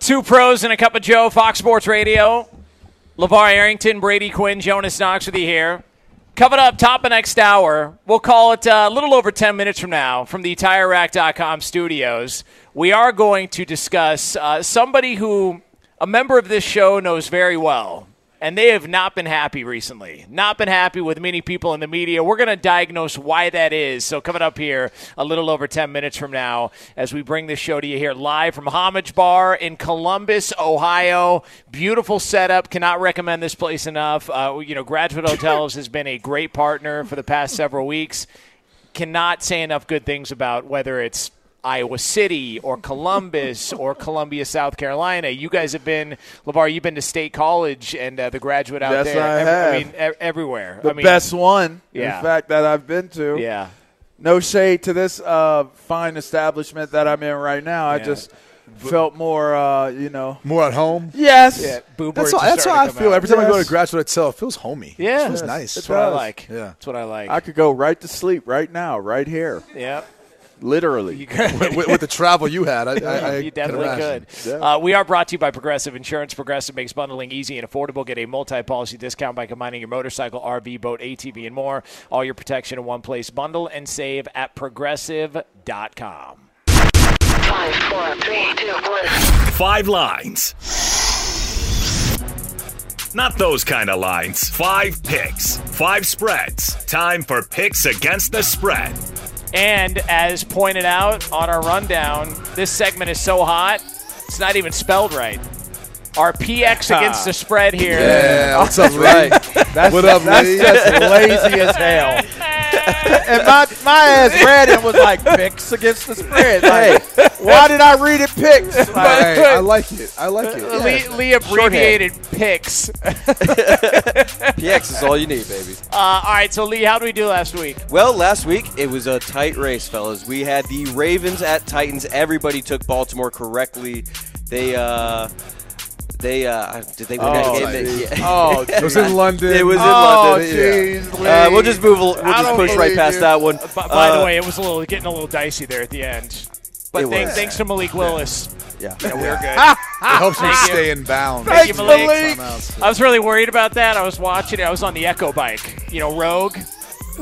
Speaker 3: Two pros and a cup of Joe, Fox Sports Radio. LeVar Arrington, Brady Quinn, Jonas Knox with you here. Coming up top of next hour, we'll call it uh, a little over 10 minutes from now from the TireRack.com studios. We are going to discuss uh, somebody who a member of this show knows very well, and they have not been happy recently. Not been happy with many people in the media. We're going to diagnose why that is. So, coming up here a little over 10 minutes from now, as we bring this show to you here live from Homage Bar in Columbus, Ohio. Beautiful setup. Cannot recommend this place enough. Uh, you know, Graduate Hotels has been a great partner for the past several weeks. Cannot say enough good things about whether it's Iowa City or Columbus or Columbia, South Carolina. You guys have been, LeVar, you've been to State College and uh, the graduate out
Speaker 4: Yes,
Speaker 3: there.
Speaker 4: I
Speaker 3: Ev-
Speaker 4: have.
Speaker 3: mean, ev- everywhere.
Speaker 4: The
Speaker 3: I mean,
Speaker 4: best one,
Speaker 3: Yeah.
Speaker 4: in fact, that I've been to.
Speaker 3: Yeah.
Speaker 4: No shade to this uh, fine establishment that I'm in right now. I
Speaker 3: Yeah.
Speaker 4: just felt more, uh, you know,
Speaker 5: more at home.
Speaker 4: Yes,
Speaker 5: Yeah, boob That's words how- are that's how starting I to come feel out. every time I go to graduate itself. It feels homey.
Speaker 3: Yeah.
Speaker 4: Yes,
Speaker 3: Feels
Speaker 5: nice.
Speaker 4: it
Speaker 5: That's what I
Speaker 4: does.
Speaker 5: like.
Speaker 3: Yeah. That's what I like.
Speaker 4: I could go right to sleep right now, right here,
Speaker 3: yeah.
Speaker 4: literally.
Speaker 5: with, with- with the travel you had, I, I, I
Speaker 3: you
Speaker 5: can
Speaker 3: definitely
Speaker 5: imagine.
Speaker 3: could. Uh, we are brought to you by Progressive Insurance. Progressive makes bundling easy and affordable. Get a multi-policy discount by combining your motorcycle, RV, boat, ATV, and more. All your protection in one place. Bundle and save at progressive.com.
Speaker 10: Five, four, three, two, one.
Speaker 2: Five lines. Not those kind of lines. Five picks. Five spreads. Time for picks against the spread.
Speaker 3: And as pointed out on our rundown, this segment is so hot, it's not even spelled right. Our PX against the spread here.
Speaker 4: Yeah, what's up, Lee? That's,
Speaker 3: What up,
Speaker 4: that's
Speaker 3: Lee?
Speaker 4: just lazy as hell. and my, my ass read it was like picks against the spread. Like, why did I read it picks? Like,
Speaker 5: Hey, I like it. I like it.
Speaker 3: Lee, Lee abbreviated Uh, PIX.
Speaker 8: PX is all you need, baby.
Speaker 3: Uh, all right, so Lee, how do we do last week?
Speaker 8: Well, last week it was a tight race, fellas. We had the Ravens at Titans. Everybody took Baltimore correctly. They uh they uh did they win
Speaker 4: Oh,
Speaker 8: that game?
Speaker 4: geez.
Speaker 8: They-
Speaker 4: Oh,
Speaker 8: yeah.
Speaker 4: It was in London.
Speaker 8: It was in
Speaker 4: Oh,
Speaker 8: London.
Speaker 4: geez,
Speaker 8: uh, we'll
Speaker 4: Lee.
Speaker 8: just move. al- We'll
Speaker 4: I
Speaker 8: just
Speaker 4: don't
Speaker 8: push right
Speaker 4: believe
Speaker 8: past
Speaker 4: you.
Speaker 8: that one.
Speaker 3: By, by
Speaker 8: Uh,
Speaker 3: the way, it was a little getting a little dicey there at the end. But
Speaker 8: It
Speaker 3: thank-
Speaker 8: was.
Speaker 3: thanks to Malik Willis.
Speaker 8: Yeah.
Speaker 3: Yeah, we we're good.
Speaker 5: It helps me
Speaker 3: Thank you.
Speaker 5: stay in bounds.
Speaker 3: Thank you, Malik. I was really worried about that. I was watching it. I was on the Echo bike. You know, Rogue,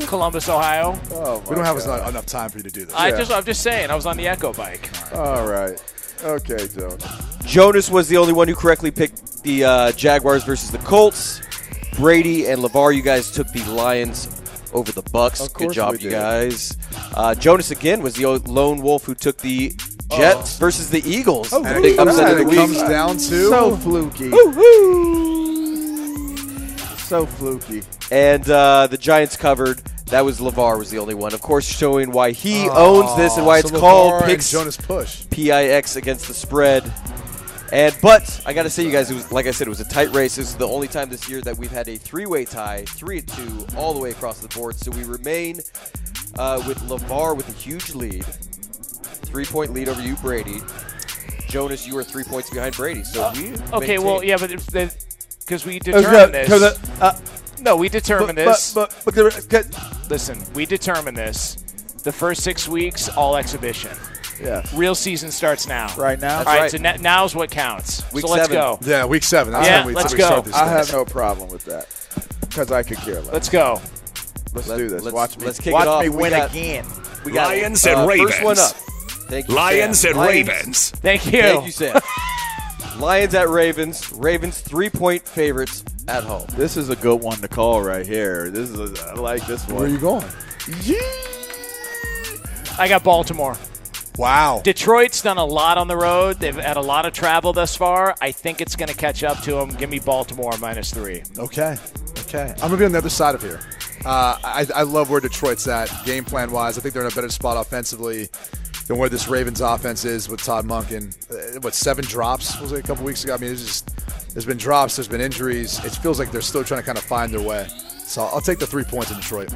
Speaker 3: Columbus, Ohio.
Speaker 4: Oh,
Speaker 5: We don't have enough, enough time for you to do this.
Speaker 3: I just, I'm just saying, I was on the Echo bike.
Speaker 4: All right. Okay, Joe.
Speaker 8: Jonas was the only one who correctly picked the uh, Jaguars versus the Colts. Brady and Lavar, you guys took the Lions over the Bucks.
Speaker 4: Of
Speaker 8: Good
Speaker 4: course
Speaker 8: job,
Speaker 4: we
Speaker 8: you
Speaker 4: did.
Speaker 8: guys. Uh, Jonas again was the o- lone wolf who took the Jets versus the Eagles.
Speaker 4: Oh,
Speaker 8: Big
Speaker 4: look at
Speaker 8: upset
Speaker 4: that.
Speaker 8: of the
Speaker 4: It
Speaker 8: week.
Speaker 4: comes down to- So fluky. So fluky.
Speaker 8: And uh, the Giants covered. That was Lavar was the only one, of course, showing why he owns this and why
Speaker 5: so
Speaker 8: it's called
Speaker 5: LeVar and
Speaker 8: picks.
Speaker 5: Jonas Push.
Speaker 8: PIX against the spread. And but I got to say, you guys, it was like I said, it was a tight race. This is the only time this year that we've had a three-way tie, three to two, all the way across the board. So we remain uh, with Lavar with a huge lead, three-point lead over you, Brady. Jonas, you are three points behind Brady. So we
Speaker 3: Uh, Okay,
Speaker 8: maintain-
Speaker 3: well, yeah, but because we
Speaker 8: was good,
Speaker 3: determined this.
Speaker 8: 'cause, uh,
Speaker 3: no, we determined
Speaker 8: but-
Speaker 3: this.
Speaker 8: but-
Speaker 3: Listen, we determined this. The first six weeks, all exhibition.
Speaker 4: Yeah.
Speaker 3: Real season starts now.
Speaker 4: Right now?
Speaker 3: all right,
Speaker 4: That's
Speaker 3: so
Speaker 4: right.
Speaker 3: na- now's what counts.
Speaker 4: Week
Speaker 3: so let's
Speaker 4: seven.
Speaker 3: go.
Speaker 5: Yeah, week seven. That's
Speaker 3: yeah,
Speaker 5: when we,
Speaker 3: let's
Speaker 5: we
Speaker 3: go.
Speaker 5: start this
Speaker 4: I
Speaker 5: thing.
Speaker 4: have no problem with that because I could care less.
Speaker 3: Let's go.
Speaker 4: Let's,
Speaker 8: Let-
Speaker 4: do this.
Speaker 8: let's-
Speaker 4: watch me.
Speaker 8: let's kick
Speaker 4: watch
Speaker 8: it off.
Speaker 4: me
Speaker 8: We
Speaker 4: win
Speaker 8: got-
Speaker 4: again.
Speaker 8: we got
Speaker 2: Lions
Speaker 8: uh,
Speaker 2: and
Speaker 8: First one
Speaker 2: Ravens.
Speaker 8: up. Thank you,
Speaker 2: Lions
Speaker 8: Sam.
Speaker 2: and Ravens.
Speaker 3: Thank you.
Speaker 8: Thank you, Sam. Lions at Ravens. Ravens three point favorites at home.
Speaker 4: This is a good one to call right here. This is a, I like this one.
Speaker 3: Where you
Speaker 4: going?
Speaker 3: I got Baltimore.
Speaker 5: Wow.
Speaker 3: Detroit's done a lot on the road. They've had a lot of travel thus far. I think it's going to catch up to them. Give me Baltimore minus three.
Speaker 5: Okay. Okay. I'm going to be on the other side of here. Uh, I, I love where Detroit's at game plan wise. I think they're in a better spot offensively than where this Ravens offense is with Todd Munkin. Uh, What, seven drops was it a couple weeks ago? I mean, it's just, there's been drops, there's been injuries. It feels like they're still trying to kind of find their way. So I'll take the three points in Detroit.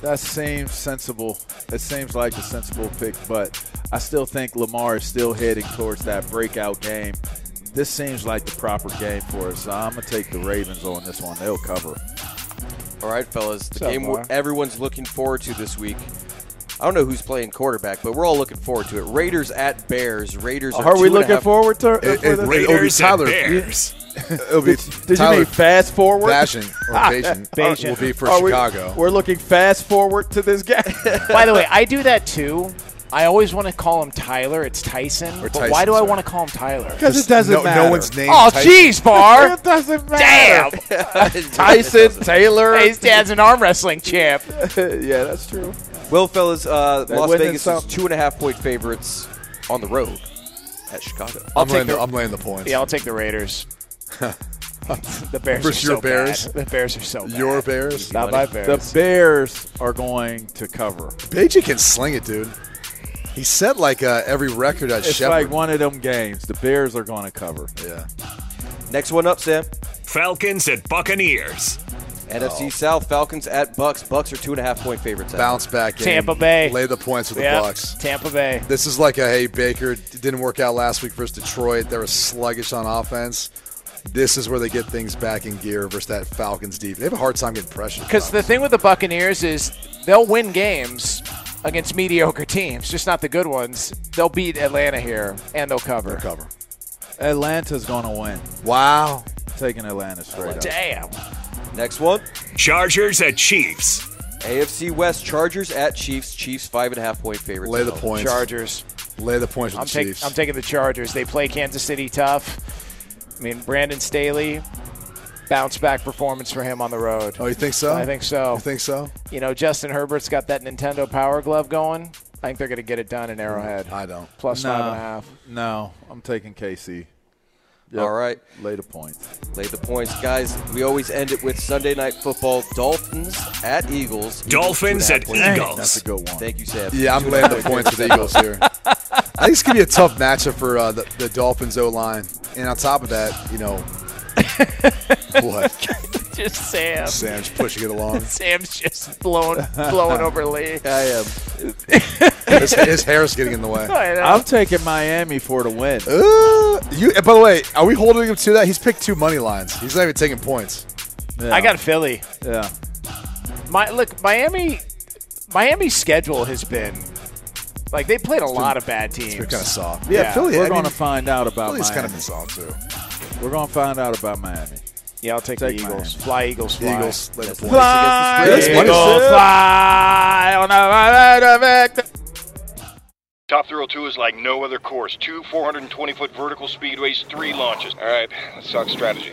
Speaker 4: That seems sensible. It seems like a sensible pick, but I still think Lamar is still heading towards that breakout game. This seems like the proper game for us. I'm gonna take the Ravens on this one. They'll cover.
Speaker 8: All right, fellas, the
Speaker 4: What's up,
Speaker 8: game
Speaker 4: Mar?
Speaker 8: everyone's looking forward to this week. I don't know who's playing quarterback, but we're all looking forward to it. Raiders at Bears. Raiders are,
Speaker 4: Are we
Speaker 8: two and a
Speaker 4: looking
Speaker 8: half-
Speaker 4: forward to uh,
Speaker 5: It- it- it'll be Tyler. It'll be
Speaker 4: Did, did
Speaker 5: Tyler
Speaker 4: you mean fast forward?
Speaker 5: Bashing or Bashan
Speaker 3: Bashan.
Speaker 5: will be for
Speaker 4: Are we-
Speaker 5: Chicago.
Speaker 4: We're looking fast forward to this game.
Speaker 3: By the way, I do that too. I always want to call him Tyler. It's Tyson.
Speaker 4: Or
Speaker 3: but why
Speaker 4: Tyson,
Speaker 3: do I
Speaker 4: sorry.
Speaker 3: want to call him Tyler?
Speaker 4: 'Cause it doesn't
Speaker 5: no- no
Speaker 4: matter.
Speaker 5: one's named
Speaker 3: Oh,
Speaker 5: Tyson.
Speaker 3: jeez, Bar.
Speaker 4: It doesn't
Speaker 3: Damn.
Speaker 4: matter. Tyson Taylor.
Speaker 3: His dad's an arm wrestling champ.
Speaker 4: yeah, that's true.
Speaker 8: Well, fellas, uh,
Speaker 4: They're
Speaker 8: Las
Speaker 4: winning
Speaker 8: Vegas
Speaker 4: some.
Speaker 8: is two and a half point favorites on the road at Chicago.
Speaker 5: I'm laying, the, I'm laying the points.
Speaker 3: Yeah, I'll take the Raiders. the Bears
Speaker 5: Versus
Speaker 3: are
Speaker 5: your
Speaker 3: so
Speaker 5: Bears?
Speaker 3: bad. The Bears are so bad.
Speaker 5: Your Bears?
Speaker 3: Not my Bears.
Speaker 4: The Bears are going to cover.
Speaker 5: Beji can sling it, dude. He set like uh, every record at
Speaker 4: It's
Speaker 5: Shepard.
Speaker 4: like one of them games. The Bears are going to cover.
Speaker 5: yeah.
Speaker 8: Next one up, Sam.
Speaker 2: Falcons at Buccaneers.
Speaker 8: NFC South Falcons at Bucks. Bucks are two and a half point favorites. At
Speaker 5: Bounce back game.
Speaker 3: Tampa Bay.
Speaker 5: Lay the points with
Speaker 3: Yep,
Speaker 5: the Bucks.
Speaker 3: Tampa Bay.
Speaker 5: This is like a hey Baker it didn't work out last week versus Detroit. They were sluggish on offense. This is where they get things back in gear versus that Falcons defense. They have a hard time getting pressure.
Speaker 3: Because the thing with the Buccaneers is they'll win games against mediocre teams, just not the good ones. They'll beat Atlanta here and they'll cover.
Speaker 5: cover.
Speaker 4: Atlanta's going to win.
Speaker 5: Wow.
Speaker 4: Taking Atlanta straight up.
Speaker 3: Damn.
Speaker 8: Next one,
Speaker 2: Chargers at Chiefs.
Speaker 8: AFC West Chargers at Chiefs. Chiefs five and a half point favorites.
Speaker 5: Lay
Speaker 8: at
Speaker 5: the
Speaker 8: home.
Speaker 5: points.
Speaker 3: Chargers.
Speaker 5: Lay the points with
Speaker 3: I'm,
Speaker 5: the
Speaker 3: tak-
Speaker 5: Chiefs.
Speaker 3: I'm taking the Chargers. They play Kansas City tough. I mean, Brandon Staley, bounce back performance for him on the road.
Speaker 5: oh, you think so?
Speaker 3: I think so.
Speaker 5: You think so?
Speaker 3: You know, Justin Herbert's got that Nintendo Power Glove going. I think they're going to get it done in Arrowhead.
Speaker 5: I don't.
Speaker 3: Plus
Speaker 4: no,
Speaker 3: nine and a half.
Speaker 4: No, I'm taking KC.
Speaker 8: All right.
Speaker 4: Lay the points.
Speaker 8: Lay the points, guys. We always end it with Sunday night football. Dolphins at Eagles. Eagles
Speaker 2: Dolphins
Speaker 8: two and a half
Speaker 2: at
Speaker 8: point
Speaker 2: Eagles.
Speaker 8: favorites.
Speaker 4: That's a good one.
Speaker 8: Thank you, Sam.
Speaker 5: Yeah, I'm
Speaker 8: Two and a
Speaker 5: laying
Speaker 8: half
Speaker 5: the
Speaker 8: point
Speaker 5: points with the
Speaker 8: favorites.
Speaker 5: Eagles here. I think it's gonna be a tough matchup for uh, the, the Dolphins O line, and on top of that, you know, what
Speaker 3: Just Sam.
Speaker 5: Sam's pushing it along.
Speaker 3: Sam's just blowing, blowing over Lee.
Speaker 8: I am.
Speaker 5: His, his hair's getting in the way.
Speaker 3: I know.
Speaker 4: I'm taking Miami for the win.
Speaker 5: Uh, you. By the way, are we holding him to that? He's picked two money lines. He's not even taking points.
Speaker 4: Yeah.
Speaker 3: I got Philly.
Speaker 4: Yeah.
Speaker 3: My look, Miami. Miami's schedule has been like they played a lot of bad teams.
Speaker 5: They're kind of soft.
Speaker 4: Yeah,
Speaker 5: Philly.
Speaker 4: We're
Speaker 5: I
Speaker 4: going to
Speaker 5: mean,
Speaker 4: find out about
Speaker 5: Philly's
Speaker 4: Miami.
Speaker 5: kind of been soft too.
Speaker 4: We're going to find out about Miami.
Speaker 3: yeah, I'll take,
Speaker 4: Take
Speaker 3: the Eagles.
Speaker 4: Miami.
Speaker 3: Fly Eagles. Fly.
Speaker 5: Eagles. Lay the
Speaker 8: That's
Speaker 5: points.
Speaker 8: nice against the
Speaker 5: Fly.
Speaker 8: spread.
Speaker 5: Eagles.
Speaker 3: fly on a ride of
Speaker 11: Top Thrill 2 is like no other course. Two 420 foot vertical speedways, three launches. All right, let's talk strategy.